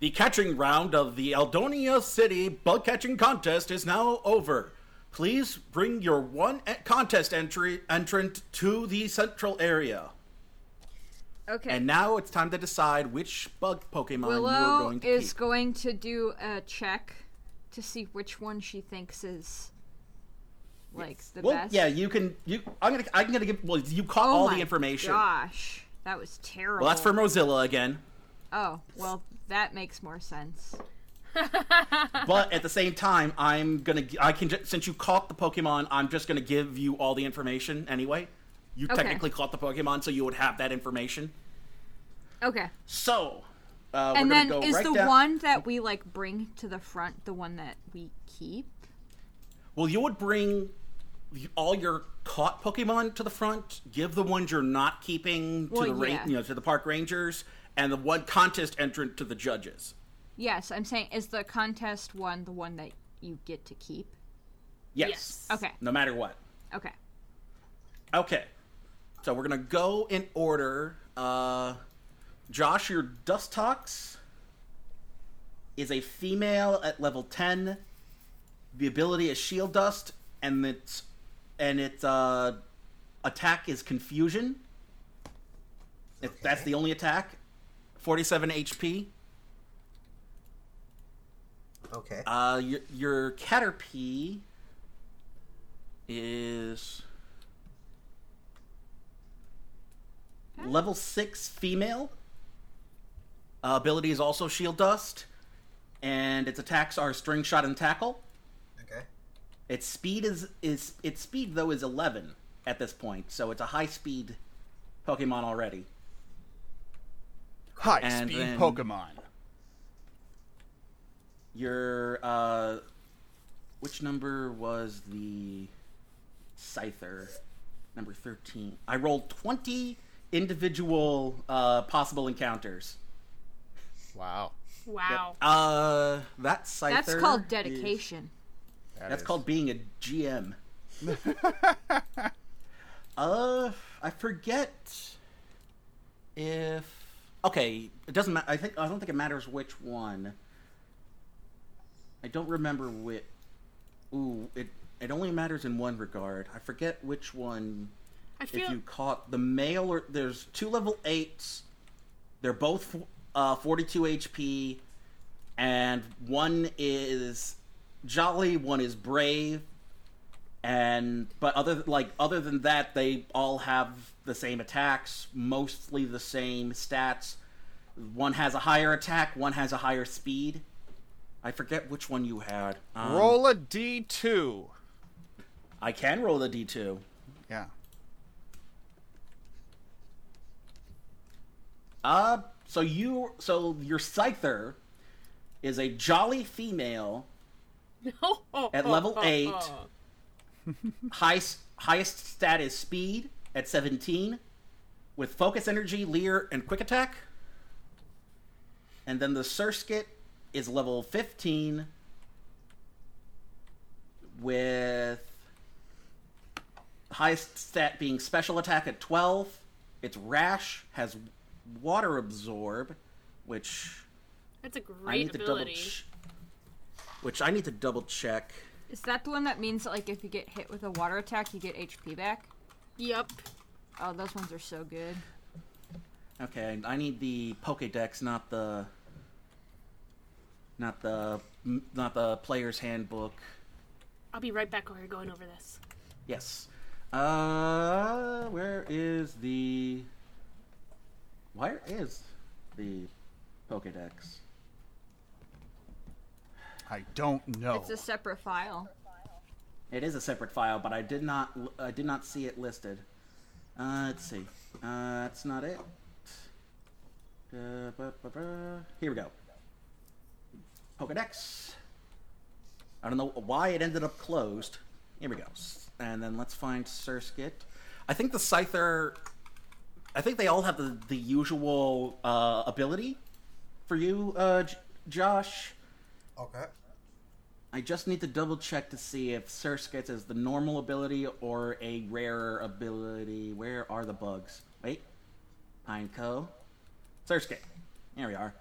S1: The catching round of the Aldonia City Bug Catching Contest is now over. Please bring your one e- contest entry entrant to the central area.
S3: Okay.
S1: And now it's time to decide which bug Pokemon you're
S3: Willow
S1: going to
S3: is
S1: keep.
S3: going to do a check to see which one she thinks is like the
S1: well,
S3: best.
S1: yeah, you can. You, I'm gonna. I'm gonna give. Well, you caught
S3: Oh
S1: all
S3: my
S1: the information.
S3: Gosh, that was terrible.
S1: Well, that's for Mozilla again.
S3: Oh, well, that makes more sense.
S1: But at the same time, I'm gonna. gi- I can. ju- Since you caught the Pokemon, I'm just gonna give you all the information anyway. You
S3: Okay.
S1: technically caught the Pokemon, so you would have that information.
S3: Okay.
S1: So, uh,
S3: and
S1: we're
S3: then
S1: gonna go
S3: is
S1: right
S3: the
S1: down-
S3: one that we like bring to the front the one that we keep?
S1: Well, you would bring y- all your caught Pokemon to the front. Give the ones you're not keeping to
S3: Well,
S1: the ra-
S3: yeah.
S1: you know to the park rangers, and the one contest entrant to the judges.
S3: Yes, I'm saying is the contest one the one that you get to keep?
S1: Yes.
S2: Yes.
S3: Okay.
S1: No matter what.
S3: Okay.
S1: Okay. So we're gonna go in order. Uh, Josh, your Dustox is a female at level ten. The ability is Shield Dust, and its and its uh, attack is Confusion. If That's
S4: Okay.
S1: the only attack. Forty-seven HP.
S4: Okay.
S1: Uh, your, your Caterpie is level six female. Uh, ability is also Shield Dust, and its attacks are String Shot and Tackle.
S4: okay.
S1: Its speed is is its speed though is eleven at this point, so it's a high speed Pokemon already.
S5: High
S1: And
S5: speed
S1: then-
S5: Pokemon.
S1: Your uh which number was the Scyther? Number thirteen. I rolled twenty individual uh possible encounters.
S5: Wow.
S2: Wow.
S1: Uh that Scyther
S3: That's called
S1: is-
S3: dedication.
S5: That
S1: that's
S5: is-
S1: called being a GM. uh I forget if okay, it doesn't matter. I think I don't think it matters which one. I don't remember which. Ooh, it it only matters in one regard. I forget which one.
S2: I
S1: If
S2: feel
S1: you caught the male or there's two level eights, they're both uh, 42 HP, and one is jolly, one is brave, and but other like other than that, they all have the same attacks, mostly the same stats. One has a higher attack, one has a higher speed. I forget which one you had. Um,
S5: Roll a D2.
S1: I can roll the d2.
S5: Yeah.
S1: Uh, so you, so your Scyther is a jolly female,
S2: oh,
S1: at level eight. highest, highest stat is speed at 17, with focus energy, leer, and quick attack. And then the Surskit is level 15 with highest stat being special attack at 12. Its rash has water absorb, which
S2: That's a
S1: I
S2: great
S1: need to double
S2: ability.
S1: ch- which I need to double check.
S3: Is that the one that means that like if you get hit with a water attack you get HP back?
S2: Yep.
S3: Oh, those ones are so good.
S1: Okay, I need the Pokédex, not the not the not the player's handbook.
S2: I'll be right back while you're going over this.
S1: Yes. Uh, where is the where is the Pokédex?
S5: I don't
S1: Oh.
S5: know.
S3: It's a separate file.
S1: It is a separate file, but I did not I did not see it listed. Uh, let's see. Uh, that's not it. Uh, ba, ba, ba. Here we go. Pokedex. I don't know why it ended up closed. Here we go. And then let's find Surskit. I think the Scyther. I think they all have the, the usual uh, ability for you, uh, J- Josh.
S7: Okay.
S1: I just need to double check to see if Surskit is the normal ability or a rarer ability. Where are the bugs? Wait. Pineco. Surskit. There we are.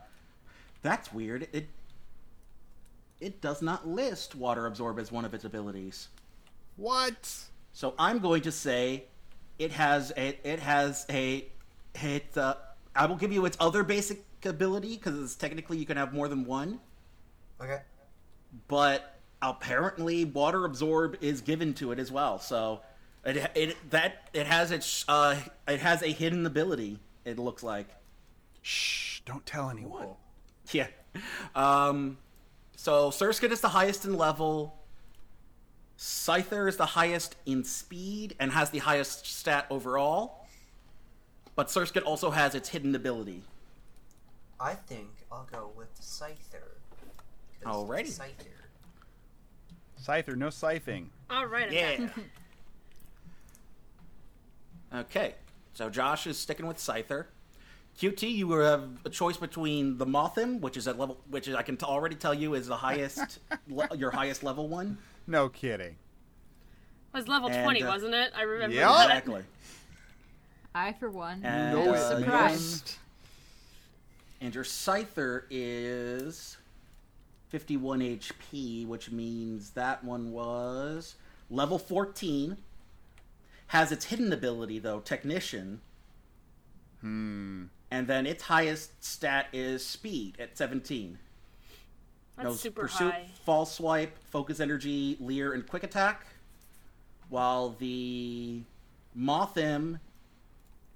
S1: That's weird. It it does not list water absorb as one of its abilities.
S5: What?
S1: So I'm going to say it has a it has a it uh, I will give you its other basic ability because technically you can have more than one
S4: Okay.
S1: but apparently water absorb is given to it as well. So it, it that it has its uh, it has a hidden ability. It looks like
S5: Shh! Don't tell anyone.
S1: yeah. Um, so Surskit is the highest in level. Scyther is the highest in speed and has the highest stat overall. But Surskit also has its hidden ability.
S4: I think I'll go with Scyther. 'Cause
S1: Alrighty.
S4: Scyther.
S5: Scyther, no scything.
S2: All right. okay.
S1: Yeah. okay. So Josh is sticking with Scyther. QT, you have a choice between the Mothim, which is at level, which is, I can t- already tell you is the highest, le- your highest level one.
S5: No kidding.
S2: It was level
S1: And,
S2: 20,
S1: uh,
S2: wasn't it? I remember
S5: yeah.
S2: that.
S1: Exactly.
S3: I, for one,
S1: And,
S5: No,
S1: uh,
S5: it-
S3: surprised.
S1: and your Scyther is 51 HP, which means that one was level 14. Has its hidden ability, though, Technician. Hmm. And then its highest stat is Speed at 17.
S2: That's super
S1: Pursuit,
S2: high.
S1: Fall Swipe, Focus Energy, Leer, and Quick Attack. While the Mothim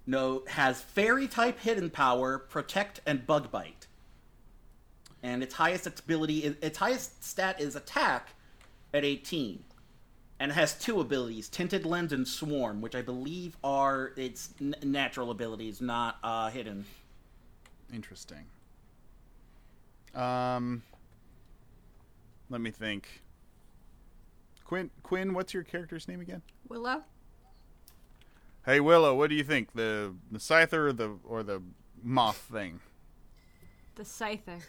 S1: no, has fairy type hidden power, protect, and bug bite. And its highest ability, is- its highest stat is attack at 18. And it has two abilities, Tinted Lens and Swarm, which I believe are its n- natural abilities, not uh, hidden.
S5: Interesting. Um, let me think. Quinn, Quinn, what's your character's name again?
S3: Willow.
S5: Hey Willow, what do you think? The the scyther or the or the moth thing?
S3: The Scyther.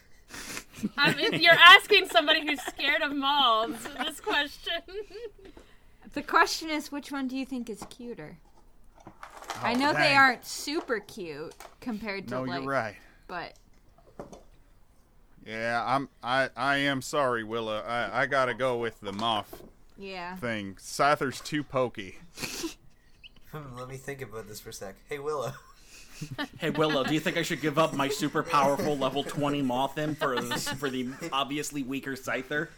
S2: I mean, you're asking somebody who's scared of moths this question.
S3: The question is, which one do you think is cuter? I
S5: Oh,
S3: know they
S5: dang.
S3: aren't super cute compared to
S5: No,
S3: like,
S5: you're right.
S3: but
S5: Yeah, I'm I I am sorry, Willow. I I gotta go with the moth
S3: yeah,
S5: thing. Scyther's too pokey.
S4: Hmm, let me think about this for a sec. Hey, Willow.
S1: Hey Willow, do you think I should give up my super powerful level 20 Mothim for for the obviously weaker Scyther?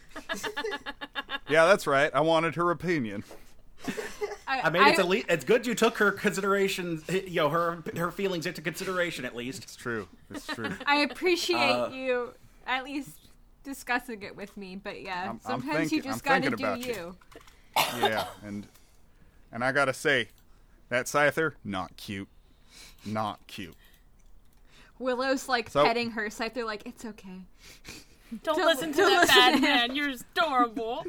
S5: Yeah, that's right. I wanted her opinion.
S1: I mean, it's at least it's good you took her consideration, you know, her her feelings into consideration at least.
S5: It's true. It's true.
S3: I appreciate
S1: Uh,
S3: you at least discussing it with me, but yeah,
S5: I'm- I'm
S3: sometimes you
S5: thinking-
S3: just
S5: I'm
S3: gotta do
S5: thinking about you.
S3: you.
S5: Yeah, and and I gotta say, that scyther not cute, not cute.
S3: Willow's like
S5: So-
S3: petting her Scyther, like it's okay.
S2: Don't,
S3: Don't-
S2: listen to
S3: don't
S2: that
S3: listen to
S2: bad
S3: him.
S2: man. You're adorable.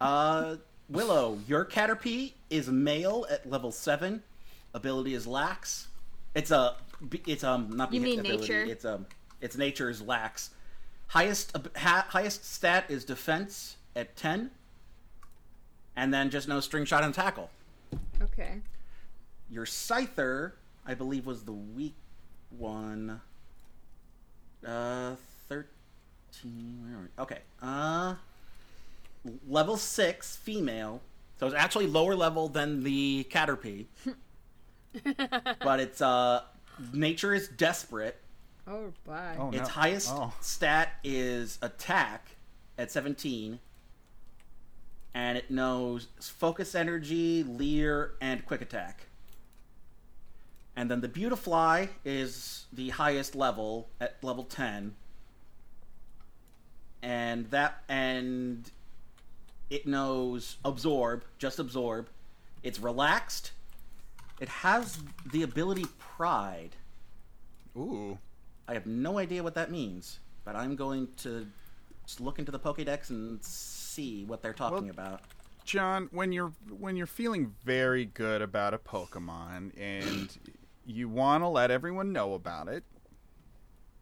S1: Uh, Willow, your Caterpie is male at level seven. Ability is lax. It's a it's um not
S3: You
S1: beha-
S3: mean
S1: ability,
S3: nature?
S1: It's um its nature is lax. Highest ab- ha- highest stat is defense at ten, and then just no string shot and tackle.
S3: Okay.
S1: Your Scyther, I believe, was the weak one. Uh, 13. Where are we? Okay. Uh, level 6, female. So it's actually lower level than the Caterpie. but it's, uh, nature is desperate.
S3: Oh bye.
S5: Oh,
S1: Its
S5: no.
S1: highest
S5: Oh.
S1: stat is attack at 17. And it knows focus energy, leer, and quick attack. And then the Beautifly is the highest level at level 10. And that and it knows absorb, just absorb. It's relaxed. It has the ability pride.
S5: Ooh.
S1: I have no idea what that means, but I'm going to just look into the Pokédex and see what they're talking
S5: Well-
S1: about.
S5: John, when you're when you're feeling very good about a Pokemon and you want to let everyone know about it,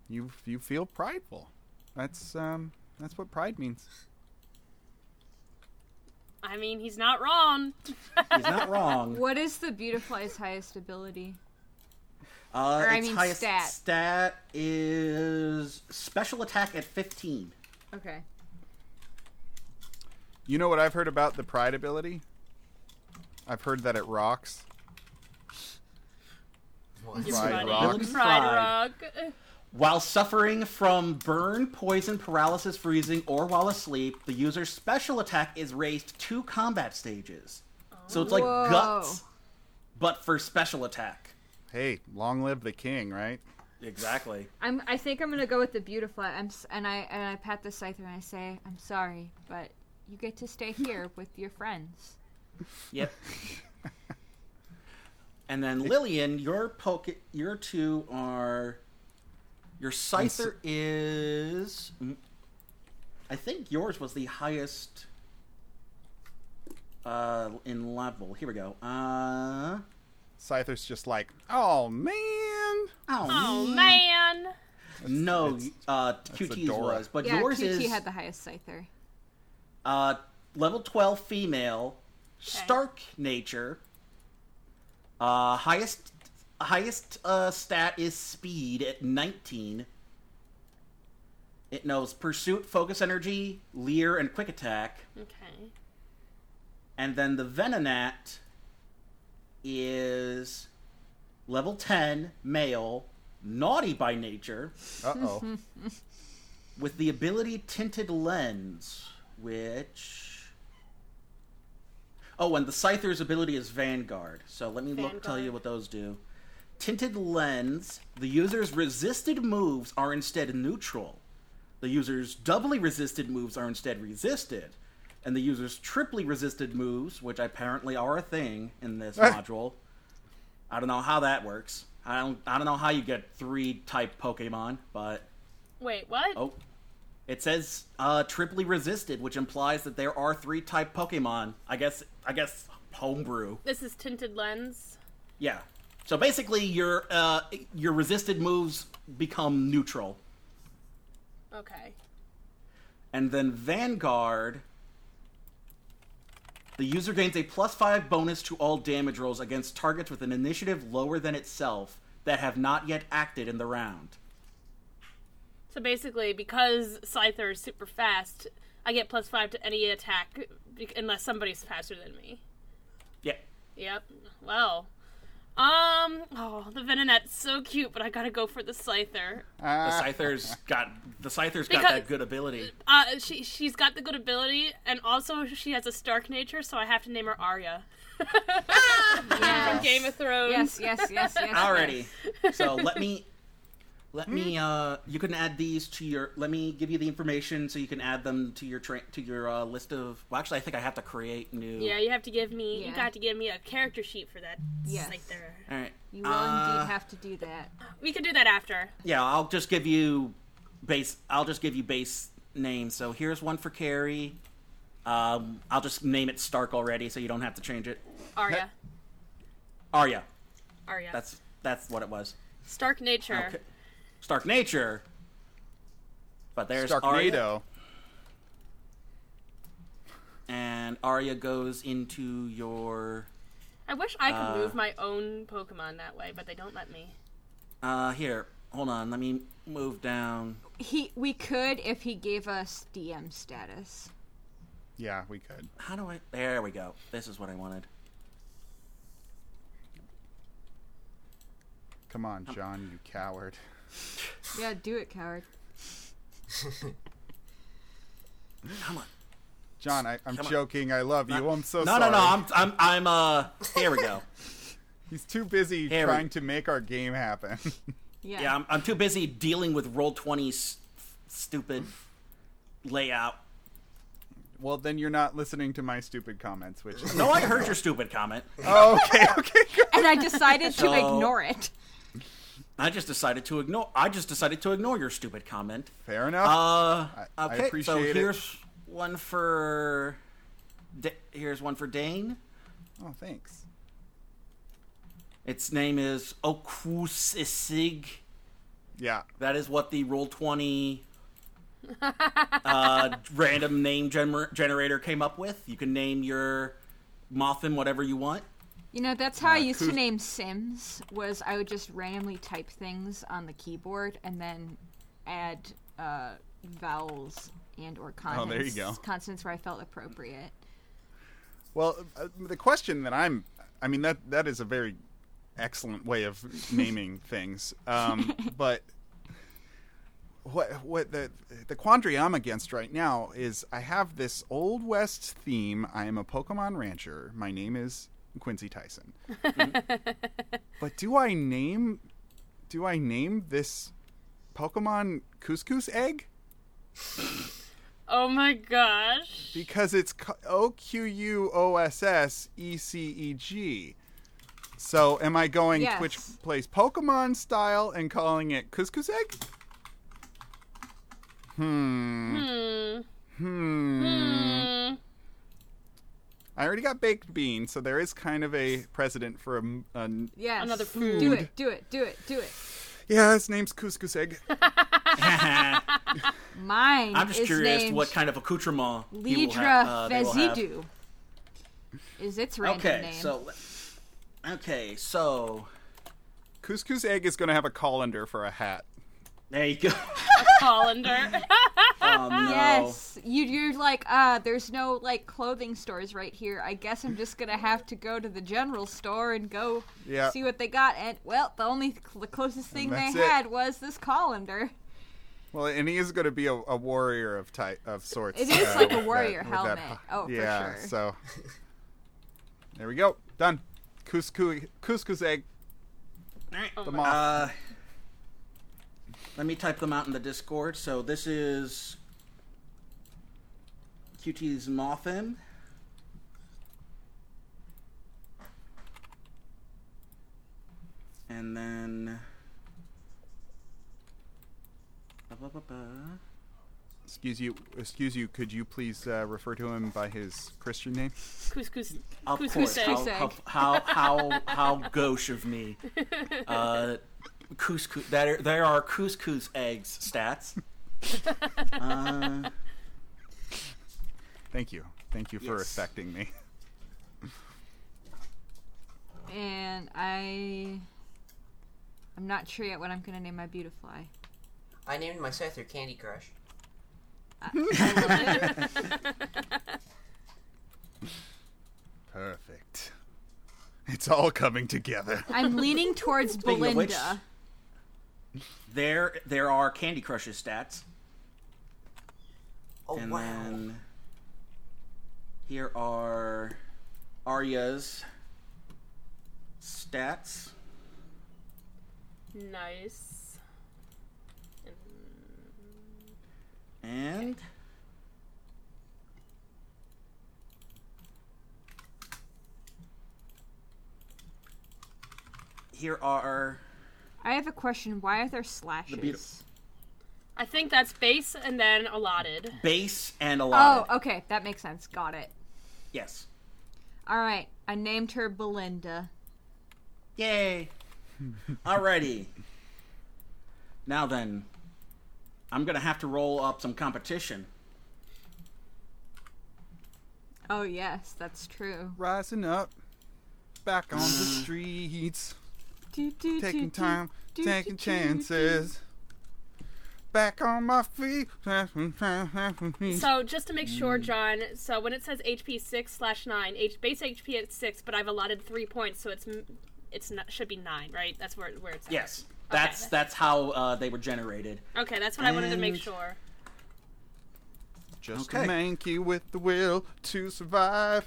S5: you you feel prideful. That's um that's what pride means.
S2: I mean, he's not wrong.
S1: He's not wrong.
S3: What is the Beautifly's highest ability?
S1: Uh,
S3: Or, I
S1: its
S3: mean,
S1: highest
S3: stat.
S1: stat is special attack at 15.
S3: Okay.
S5: You know what I've heard about the pride ability? I've heard that it rocks.
S4: What?
S5: Right. Pride
S2: Buddy.
S1: rock.
S2: Pride rock.
S1: While suffering from burn, poison, paralysis, freezing, or while asleep, the user's special attack is raised two combat stages. So it's like
S3: Whoa.
S1: guts, but for special attack.
S5: Hey, long live the king, right?
S1: Exactly.
S3: I'm. I think I'm gonna go with the Beautifly. I'm. s- And I and I pat the scyther and I say, I'm sorry, but you get to stay here with your friends.
S1: Yep. and then Lillian, your poke, your two are, your scyther is, mm, I think yours was the highest, uh, in level. Here we go. Uh,
S5: Scyther's just like, oh man.
S2: Oh
S1: Mm.
S2: man.
S1: no,
S5: it's-
S1: uh,
S5: a
S1: QT's
S5: Dora.
S1: was, but
S3: Yeah,
S1: yours
S3: QT
S1: is
S3: had the highest scyther.
S1: uh, level 12 female, stark nature. Uh, highest highest uh, stat is speed at 19. It knows pursuit, focus energy, leer, and quick attack.
S2: Okay.
S1: And then the Venonat is level 10 male, naughty by nature.
S5: Uh oh.
S1: with the ability tinted lens which oh and the scyther's ability is vanguard so let me look tell you
S2: Vanguard.
S1: what those do tinted lens the user's resisted moves are instead neutral the user's doubly resisted moves are instead resisted and the user's triply resisted moves which apparently are a thing in this module i don't know how that works i don't i don't know how you get three type pokemon but
S2: Wait, what?
S1: Oh, it says uh, triply resisted, which implies that there are three type Pokemon. I guess. I guess homebrew.
S2: This is tinted lens.
S1: Yeah. So basically, your uh, your resisted moves become neutral,
S2: Okay.
S1: and then Vanguard. The user gains a plus five bonus to all damage rolls against targets with an initiative lower than itself that have not yet acted in the round.
S2: So basically, because Scyther is super fast, I get plus five to any attack be- unless somebody's faster than me.
S1: Yeah.
S2: Yep. Well. Um. Oh, the Venonet's so cute, but I gotta go for the Scyther.
S1: The
S5: Ah,
S1: Scyther's got the Scyther's got
S2: Because-
S1: that good ability.
S2: Uh, she she's got the good ability, and also she has a Stark nature, so I have to name her Arya. From Game of Thrones.
S3: Yes, yes, yes, yes.
S1: Alrighty. So let me let me
S3: Hmm?
S1: uh you can add these to your let me give you the information so you can add them to your tra- to your uh, list of well actually I think I have to create new
S2: Yeah, you have to give me. You
S3: Yeah.
S2: got to give me a character sheet for that
S3: Yes.
S2: Scyther.
S1: All right.
S3: You will
S1: Uh,
S3: indeed have to do that.
S2: We can do that after.
S1: Yeah, I'll just give you base I'll just give you base names. So here's one for Carrie. Um I'll just name it Stark already so you don't have to change it.
S2: Arya.
S1: Arya.
S2: Arya.
S1: That's that's what it was.
S2: Stark nature.
S1: Okay. Stark nature. But there's Arya.
S5: Starknado.
S1: and Arya goes into your.
S2: I wish I could
S1: Uh,
S2: move my own Pokemon that way, but they don't let me.
S1: Uh, here, hold on. Let me move down.
S3: He. We could if he gave us DM status.
S5: Yeah, we could.
S1: How do I? There we go. This is what I wanted.
S5: Come on, John, you coward.
S3: Yeah, do it, coward.
S1: Come on.
S5: John, I, I'm
S1: Come on.
S5: joking. I love you. I'm so
S1: no,
S5: sorry.
S1: no, no. I'm, I'm, I'm. Uh, here we go.
S5: He's too busy
S1: Here we-
S5: trying to make our game happen.
S3: Yeah.
S1: Yeah, I'm, I'm too busy dealing with roll 20's stupid layout.
S5: well, then you're not listening to my stupid comments, which is
S1: No, I heard your stupid comment.
S5: oh, okay, okay. good.
S3: and I decided to
S1: So-
S3: ignore it.
S1: I just decided to ignore. I just decided to ignore your stupid comment.
S5: Fair enough.
S1: Uh,
S5: I
S1: okay. so
S5: appreciate it.
S1: here's one for. Da- here's one for Dane.
S5: oh, thanks.
S1: Its name is Okusisig.
S5: Yeah.
S1: That is what the Roll Twenty uh, random name gener- generator came up with. You can name your Mothin whatever you want.
S3: You know, that's
S1: Uh,
S3: how I used to name Sims. Was I would just randomly type things on the keyboard and then add uh, vowels and or
S5: Oh,
S3: consonants.
S5: there you go.
S3: Consonants where I felt appropriate.
S5: Well, uh, the question that I'm, I mean that that is a very excellent way of naming things. Um, but what what the the quandary I'm against right now is I have this old west theme. I am a Pokemon rancher. My name is Quincy Tyson.
S1: Hmm?
S5: but do I name do I name this Pokemon couscous egg?
S2: Oh my gosh.
S5: because it's O Q U O S S E C E G. So am I going
S3: Yes.
S5: Twitch plays Pokemon style and calling it couscous egg? Hmm.
S2: Hmm.
S5: Hmm.
S2: Hmm.
S5: I already got baked bean, so there is kind of a precedent for a. m- an-
S3: Yes.
S2: Another
S3: Do
S2: food.
S3: it. Do it. Do it. Do it.
S5: yeah, his name's couscous egg.
S1: I'm
S3: Mine.
S1: just
S3: is
S1: curious
S3: named
S1: what kind of accoutrement he will
S3: Lidra
S1: have, uh, they will have.
S3: Vezidu. Is its random
S1: Okay,
S3: name?
S1: so okay, so
S5: couscous egg is going to have a colander for a hat.
S1: there you go.
S2: Colander.
S1: Oh, no.
S3: Yes, you, you're like, ah, there's no like clothing stores right here. I guess I'm just gonna have to go to the general store and go
S5: Yeah.
S3: see what they got. And well, the only the closest thing they
S5: that's it.
S3: had was this colander.
S5: Well, and he is going to be a, a warrior of type of sorts.
S3: It is
S5: uh,
S3: like a
S5: with
S3: warrior
S5: with that
S3: helmet.
S5: ho-
S3: Oh, for
S5: yeah,
S3: sure.
S5: So there we go. Done. Couscous, couscous egg.
S2: Oh
S5: The moth.
S1: Uh, let me type them out in the Discord. So this is QT's Mothin. And then. Ba-ba-ba-ba.
S5: excuse you. Excuse you. Could you please uh, refer to him by his Christian name?
S2: Couscous.
S1: Of
S2: Couscous
S1: course,
S2: egg.
S1: how, how, how how how gauche of me. Uh, couscous. That are, there are couscous eggs stats. Uh,
S5: Thank you. Thank you for
S1: Yes.
S5: respecting me.
S3: And I, I'm not sure yet what I'm gonna name my beautifly.
S4: I named my Scyther Candy Crush.
S5: Perfect. It's all coming together.
S3: I'm leaning towards
S1: Speaking of
S3: Belinda.
S1: which- there there are Candy Crushes stats,
S4: Oh
S1: and
S4: wow.
S1: then here are Arya's stats.
S2: Nice.
S1: And here are
S3: I have a question. Why are there slashes?
S1: beautif-
S2: I think that's base and then allotted.
S1: base and
S3: oh,
S1: allotted.
S3: okay, that makes sense. Got it.
S1: Yes.
S3: All right, I named her Belinda.
S1: Yay. Alrighty. Now then, I'm gonna have to roll up some competition.
S3: Oh yes, that's true.
S5: Rising up, back on the streets. taking time, taking chances. Back on my feet.
S2: So just to make sure, John. So when it says HP six slash nine, H base HP at six, but I've allotted three points, so it's m- it's not, should be nine, right? That's where where it's at.
S1: Yes. That's that's how uh, they were generated.
S2: Okay, that's what I wanted to make
S1: And-
S2: sure.
S5: Just
S1: Okay.
S5: a manky with the will to survive.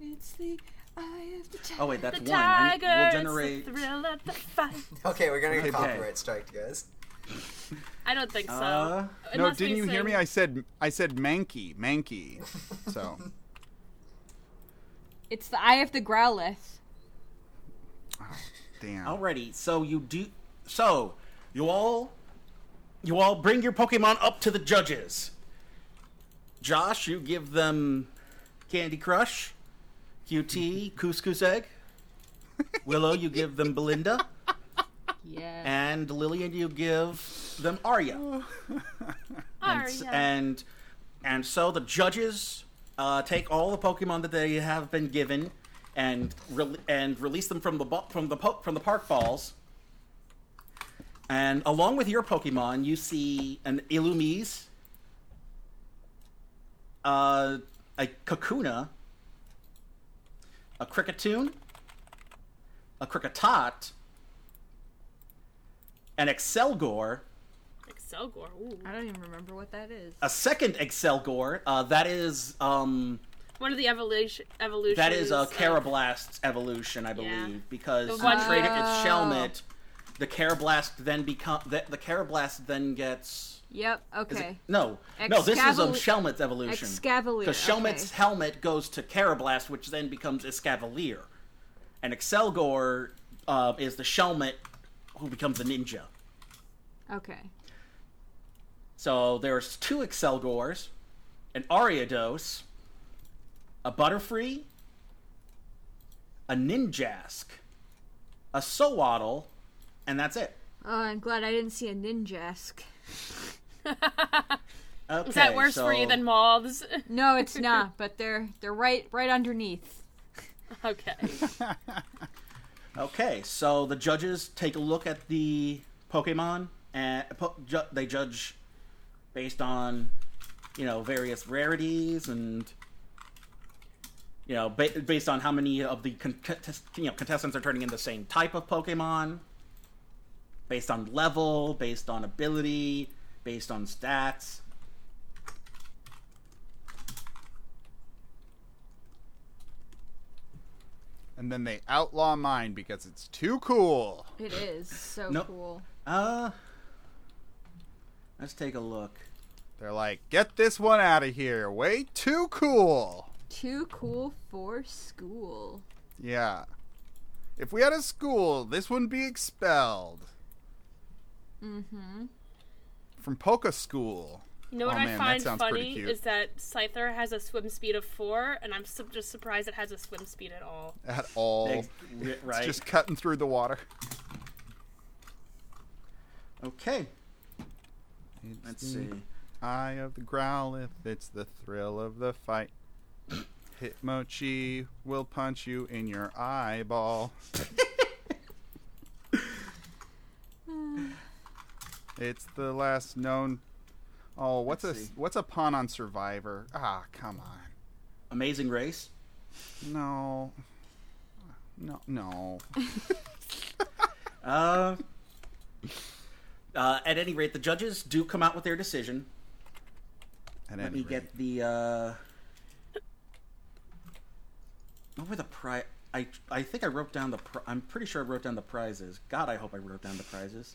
S3: It's the eye of the tiger.
S1: Oh wait, that's
S2: The
S1: one. I-
S2: tiger,
S1: we'll
S2: it's
S1: generate.
S2: the thrill of the fight.
S4: Okay, we're gonna get
S5: Okay.
S4: copyright striked, guys.
S2: I don't think so.
S1: Uh,
S5: No,
S2: Unless we
S5: didn't you hear
S2: sing-
S5: me? I said I said manky, manky. So
S3: It's the eye of the growlith.
S5: down.
S1: Alrighty, so you do. So you all, you all bring your Pokemon up to the judges. Josh, you give them Candy Crush, QT, Couscous Egg. Willow, you give them Belinda,
S3: Yeah.
S1: and Lillian, you give them Arya.
S2: Aria.
S1: And and, and so the judges uh, take all the Pokemon that they have been given and re- and release them from the bo- from the po- from the park balls. And along with your Pokemon, you see an Illumise, uh, a Kakuna, a Cricketune, a Cricketot, an Excelgor,
S2: Excelgor. Ooh.
S3: I don't even remember what that is.
S1: a second Excelgor. Uh, that is um,
S2: One of the evolution evolutions.
S1: that is uh,
S2: of-
S1: Carablast's evolution, I believe, because
S2: The
S1: you
S2: one-
S1: traded its
S3: Oh.
S1: Shelmet. The Carablast then become the, the Carablast then gets
S3: Yep.
S1: is it-
S3: Okay.
S1: no no this is um,
S3: Excavalu-
S1: Shelmet's evolution
S3: Excavalier,
S1: because Shelmet's
S3: okay.
S1: helmet goes to Carablast, which then becomes Escavalier, and Excelgor uh, is the Shelmet who becomes a ninja.
S3: Okay.
S1: So there's two Excelgors, an Ariados, a Butterfree, a Ninjask, a Sowaddle, and that's it.
S3: Oh, I'm glad I didn't see a ninjask.
S1: Okay,
S2: Is that worse for you
S1: so-
S2: than moths?
S3: No, it's not. But they're they're right right underneath.
S2: okay.
S1: Okay, so the judges take a look at the Pokemon, and uh, po- ju- they judge based on, you know, various rarities and, you know, ba- based on how many of the con- contest- you know contestants are turning in the same type of Pokemon, based on level, based on ability, based on stats.
S5: and then they outlaw mine because it's too cool.
S3: It is so
S1: Nope.
S3: cool.
S1: Uh, let's take a look.
S5: They're like, get this one out of here. Way too cool.
S3: Too cool for school.
S5: Yeah. If we had a school, this wouldn't be expelled. Mm-hmm.
S1: Mm-hmm.
S5: From Polka School.
S2: You know what
S5: Oh,
S2: I
S5: man, that
S2: find
S5: sounds pretty
S2: funny
S5: cute.
S2: is that Scyther has a swim speed of four, and I'm su- just surprised it has a swim speed at all.
S5: At all.
S1: Ex- right.
S5: It's just cutting through the water.
S1: Okay.
S5: It's
S1: Let's
S5: the
S1: see.
S5: Eye of the Growlithe, it's the thrill of the fight. Hitmochi will punch you in your eyeball. it's the last known. Oh, what's
S1: Let's
S5: a
S1: see.
S5: what's a pun on Survivor? Ah, come on.
S1: Amazing Race.
S5: No. No, no.
S1: Uh, uh, at any rate, the judges do come out with their decision.
S5: At
S1: Let
S5: any
S1: me
S5: rate.
S1: get the. Uh, what were the prize? I I think I wrote down the. Pri- I'm pretty sure I wrote down the prizes. God, I hope I wrote down the prizes.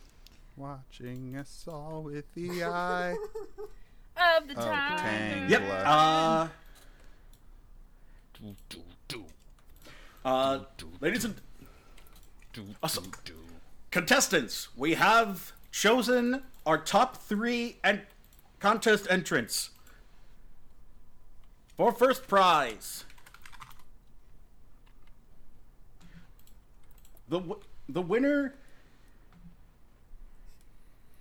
S5: watching us all with the eye.
S2: Of the
S5: Oh,
S2: time.
S5: dang.
S1: Yep.
S5: Blah.
S1: Uh, uh, ladies and Also- contestants, we have chosen our top three and contest entrants. For first prize, the w- the winner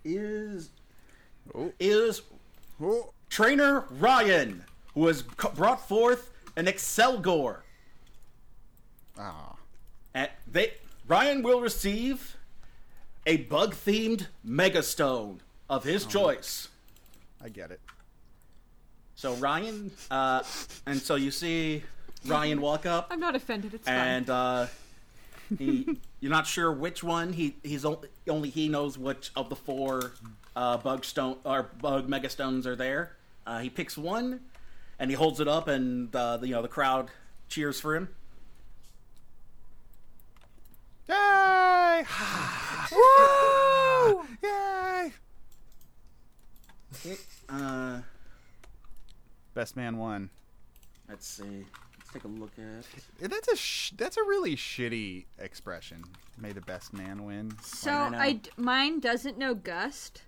S1: is
S5: Oh.
S1: is
S5: Oh,
S1: trainer Ryan, who has c- brought forth an Excelgor.
S5: ah.
S1: And they Ryan will receive a bug-themed megastone of his choice.
S5: I get it.
S1: So Ryan, uh, and so you see Ryan walk up,
S3: I'm not offended. It's fine.
S1: and uh, he, you're not sure which one. He he's only, only he knows which of the four uh, bug stone or bug megastones are there. Uh, he picks one, and he holds it up, and uh, the, you know the crowd cheers for him.
S5: Yay! Woo! Yay!
S1: Uh,
S5: Best man won.
S1: let's see. Let's Let's take a look at.
S5: Eh, That's a sh- that's a really shitty expression. May the best man win.
S3: So
S1: Mine right
S3: I
S1: now.
S3: d- mine doesn't know gust,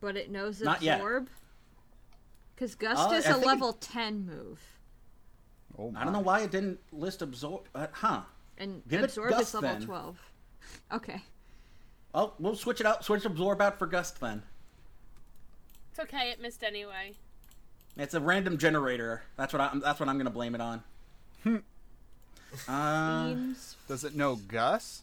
S3: but it knows
S1: Not yet.
S3: absorb. Because gust
S1: Oh,
S3: is
S1: I
S3: a
S1: think it-
S3: level ten move,
S5: Oh my.
S1: I don't know why it didn't list absorb. Uh, huh.
S3: and
S1: Give it
S3: absorb
S1: Gust,
S3: is level
S1: then.
S3: twelve. Okay.
S1: Oh, we'll switch it out. Switch absorb out for gust then.
S2: It's okay, it missed anyway.
S1: It's a random generator. That's what I'm. That's what I'm gonna blame it on. uh,
S3: Seems-
S5: Does it know Gus?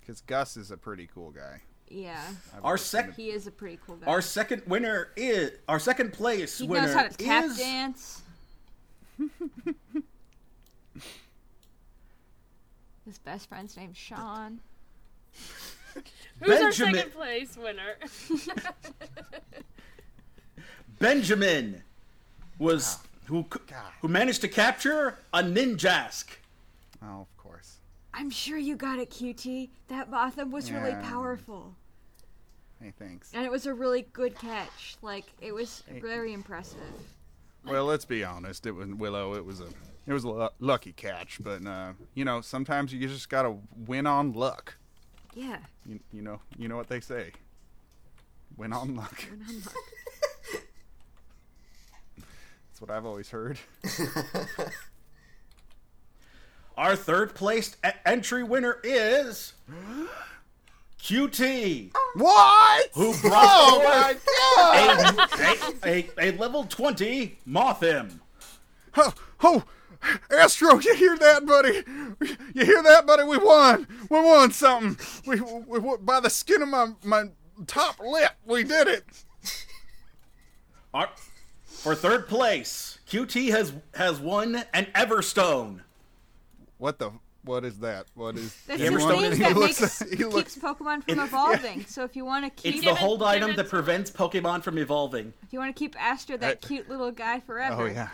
S5: Because Gus is a pretty cool guy.
S3: yeah,
S5: I've
S1: our
S5: always seen
S1: sec.
S5: him.
S3: he is a pretty cool guy.
S1: Our second winner is our second place
S3: he
S1: winner
S3: knows how to tap
S1: is
S3: dance. His best friend's name's Sean.
S2: Who's our
S1: Benjamin.
S2: second place winner?
S1: Benjamin was who c-
S5: God.
S1: who managed to capture a ninjask.
S5: Oh, of course.
S3: I'm sure you got it, QT. That Motham was really
S5: Yeah.
S3: powerful.
S5: Hey, thanks.
S3: And it was a really good catch. Like it was very impressive.
S5: Well, let's be honest. It was Willow. It was a it was a lu- lucky catch, but uh, you know sometimes you just gotta win on luck.
S3: Yeah.
S5: You, you know you know what they say. Win on luck.
S3: We're not much.
S5: That's what I've always heard.
S1: Our third place e- entry winner is QT,
S3: Oh,
S5: What?
S1: who
S5: Oh
S1: brought
S5: my god!
S1: forth a, a, a level twenty Mothim.
S5: Oh, oh, Astro, you hear that, buddy? You hear that, buddy? We won. We won something. We, we, we by the skin of my my top lip, we did it.
S1: Our, for third place, QT has has won an Everstone.
S5: What the? What is that? What is?
S3: That's
S1: ever
S3: his
S1: stone
S3: thing
S1: is-
S3: that
S5: he looks.
S3: makes
S5: he looks.
S3: keeps Pokemon from evolving. So if you want to keep,
S1: It's the
S2: Give it-
S1: hold
S2: give
S1: item
S2: it-
S1: that prevents Pokemon from evolving.
S3: if you want to keep Astro that
S5: Uh,
S3: cute little guy forever.
S5: Oh yeah,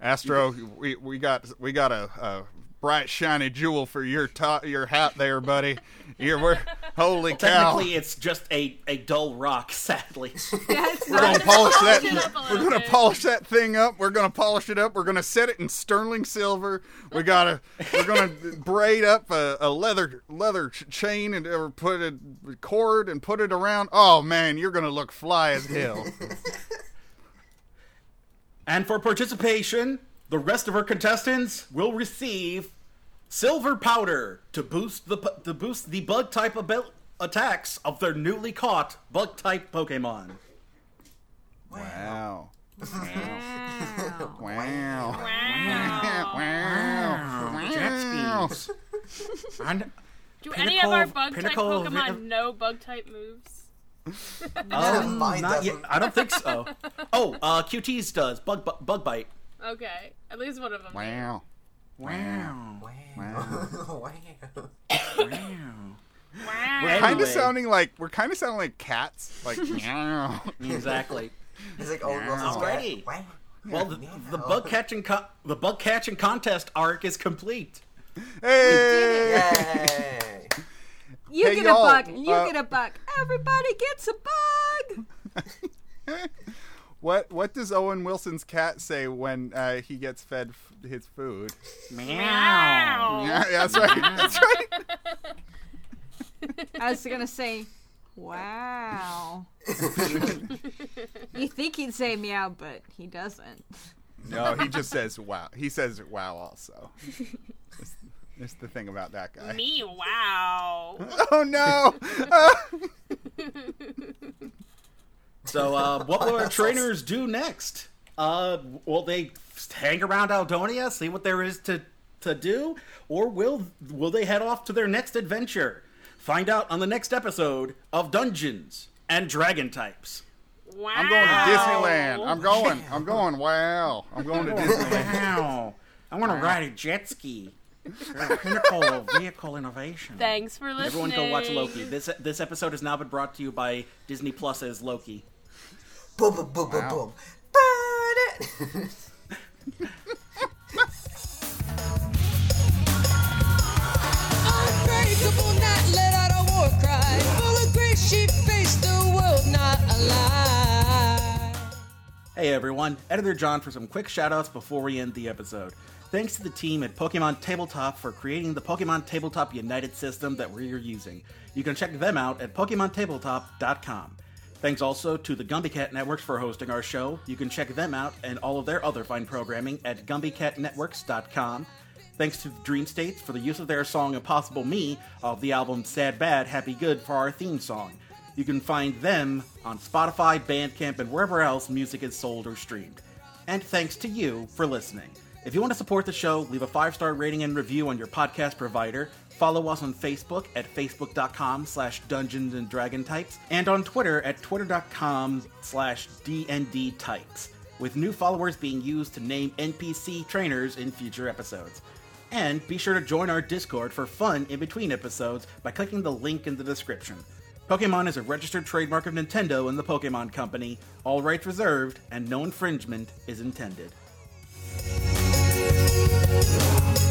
S5: Astro, we, we got we got a, a bright shiny jewel for your top your hat there, buddy. You're we're, holy cow.
S1: Technically, it's just a, a dull rock, sadly.
S3: Yeah, it's
S5: We're
S3: not.
S5: gonna polish
S2: Polish it
S5: that.
S2: up a
S5: We're
S2: little
S5: gonna
S2: bit.
S5: polish that thing up. We're gonna polish it up. We're gonna set it in sterling silver. We gotta. We're gonna braid up a, a leather leather ch- chain and or put a cord and put it around. Oh man, you're gonna look fly as hell.
S1: and for participation, the rest of our contestants will receive silver powder to boost the pu- to boost the bug type abil- attacks of their newly caught bug type Pokemon.
S5: Wow.
S3: Wow.
S5: Wow.
S2: Wow.
S5: Wow. Wow.
S1: And
S2: Do any of our
S1: Pinnacle-
S2: bug type
S1: pinnacle of-
S2: Pokemon know bug type moves?
S1: um,
S4: Mine
S1: not yet.
S4: doesn't.
S1: I don't think so. Oh, uh, QT's does bug bu- bug bite.
S2: Okay, at least one of them.
S5: Wow. Wow.
S4: Wow. wow.
S2: Wow.
S5: Kind of
S1: Anyway.
S5: sounding like we're kind of sounding like cats. Like meow.
S1: Exactly.
S4: He's like, oh, Russell's
S1: Alrighty.
S4: back. Wow.
S1: Well, the, the bug catching co- the bug catching contest arc is complete.
S5: Hey.
S4: Yay!
S3: You
S5: Hey,
S3: get
S5: y'all,
S3: a bug. You
S5: uh,
S3: get a bug. Everybody gets a bug.
S5: What what does Owen Wilson's cat say when uh, he gets fed f- his food?
S2: Wow.
S5: Yeah, that's right. That's right.
S3: I was gonna say, wow. you think he'd say meow, but he doesn't.
S5: No, he just says wow. He says wow also. That's- That's the thing about that guy.
S2: Me wow.
S5: Oh no!
S1: So, uh, what will our trainers do next? Uh, will they hang around Aldonia, see what there is to to do, or will will they head off to their next adventure? Find out on the next episode of Dungeons and Dragon Types.
S2: Wow.
S5: I'm going to Disneyland. I'm going. I'm going. Wow! I'm going to Disneyland.
S1: Wow! I want to ride a jet ski. Pinnacle of vehicle innovation.
S2: Thanks for listening.
S1: Everyone, go watch Loki. This this episode has now been brought to you by Disney Plus as Loki.
S4: Boom, boom, boom, boom, boom. Burn it!
S6: Unbreakable, not let out a war cry. Full of grace, she faced the world, not alive.
S1: Hey, Hey everyone, Editor John for some quick shoutouts before we end the episode. Thanks to the team at Pokemon Tabletop for creating the Pokemon Tabletop United system that we're using. You can check them out at PokemonTabletop.com. Thanks also to the GumbyCat Networks for hosting our show. You can check them out and all of their other fine programming at GumbyCatNetworks.com. Thanks to Dream States for the use of their song Impossible Me of the album Sad Bad, Happy Good for our theme song. You can find them on Spotify, Bandcamp, and wherever else music is sold or streamed. And thanks to you for listening. If you want to support the show, leave a five-star rating and review on your podcast provider. Follow us on Facebook at facebook.com slash dungeons and dragon types and on Twitter at twitter.com slash DND types, with new followers being used to name NPC trainers in future episodes. And be sure to join our Discord for fun in between episodes by clicking the link in the description. Pokemon is a registered trademark of Nintendo and the Pokemon Company, all rights reserved, and no infringement is intended.
S8: Thank you.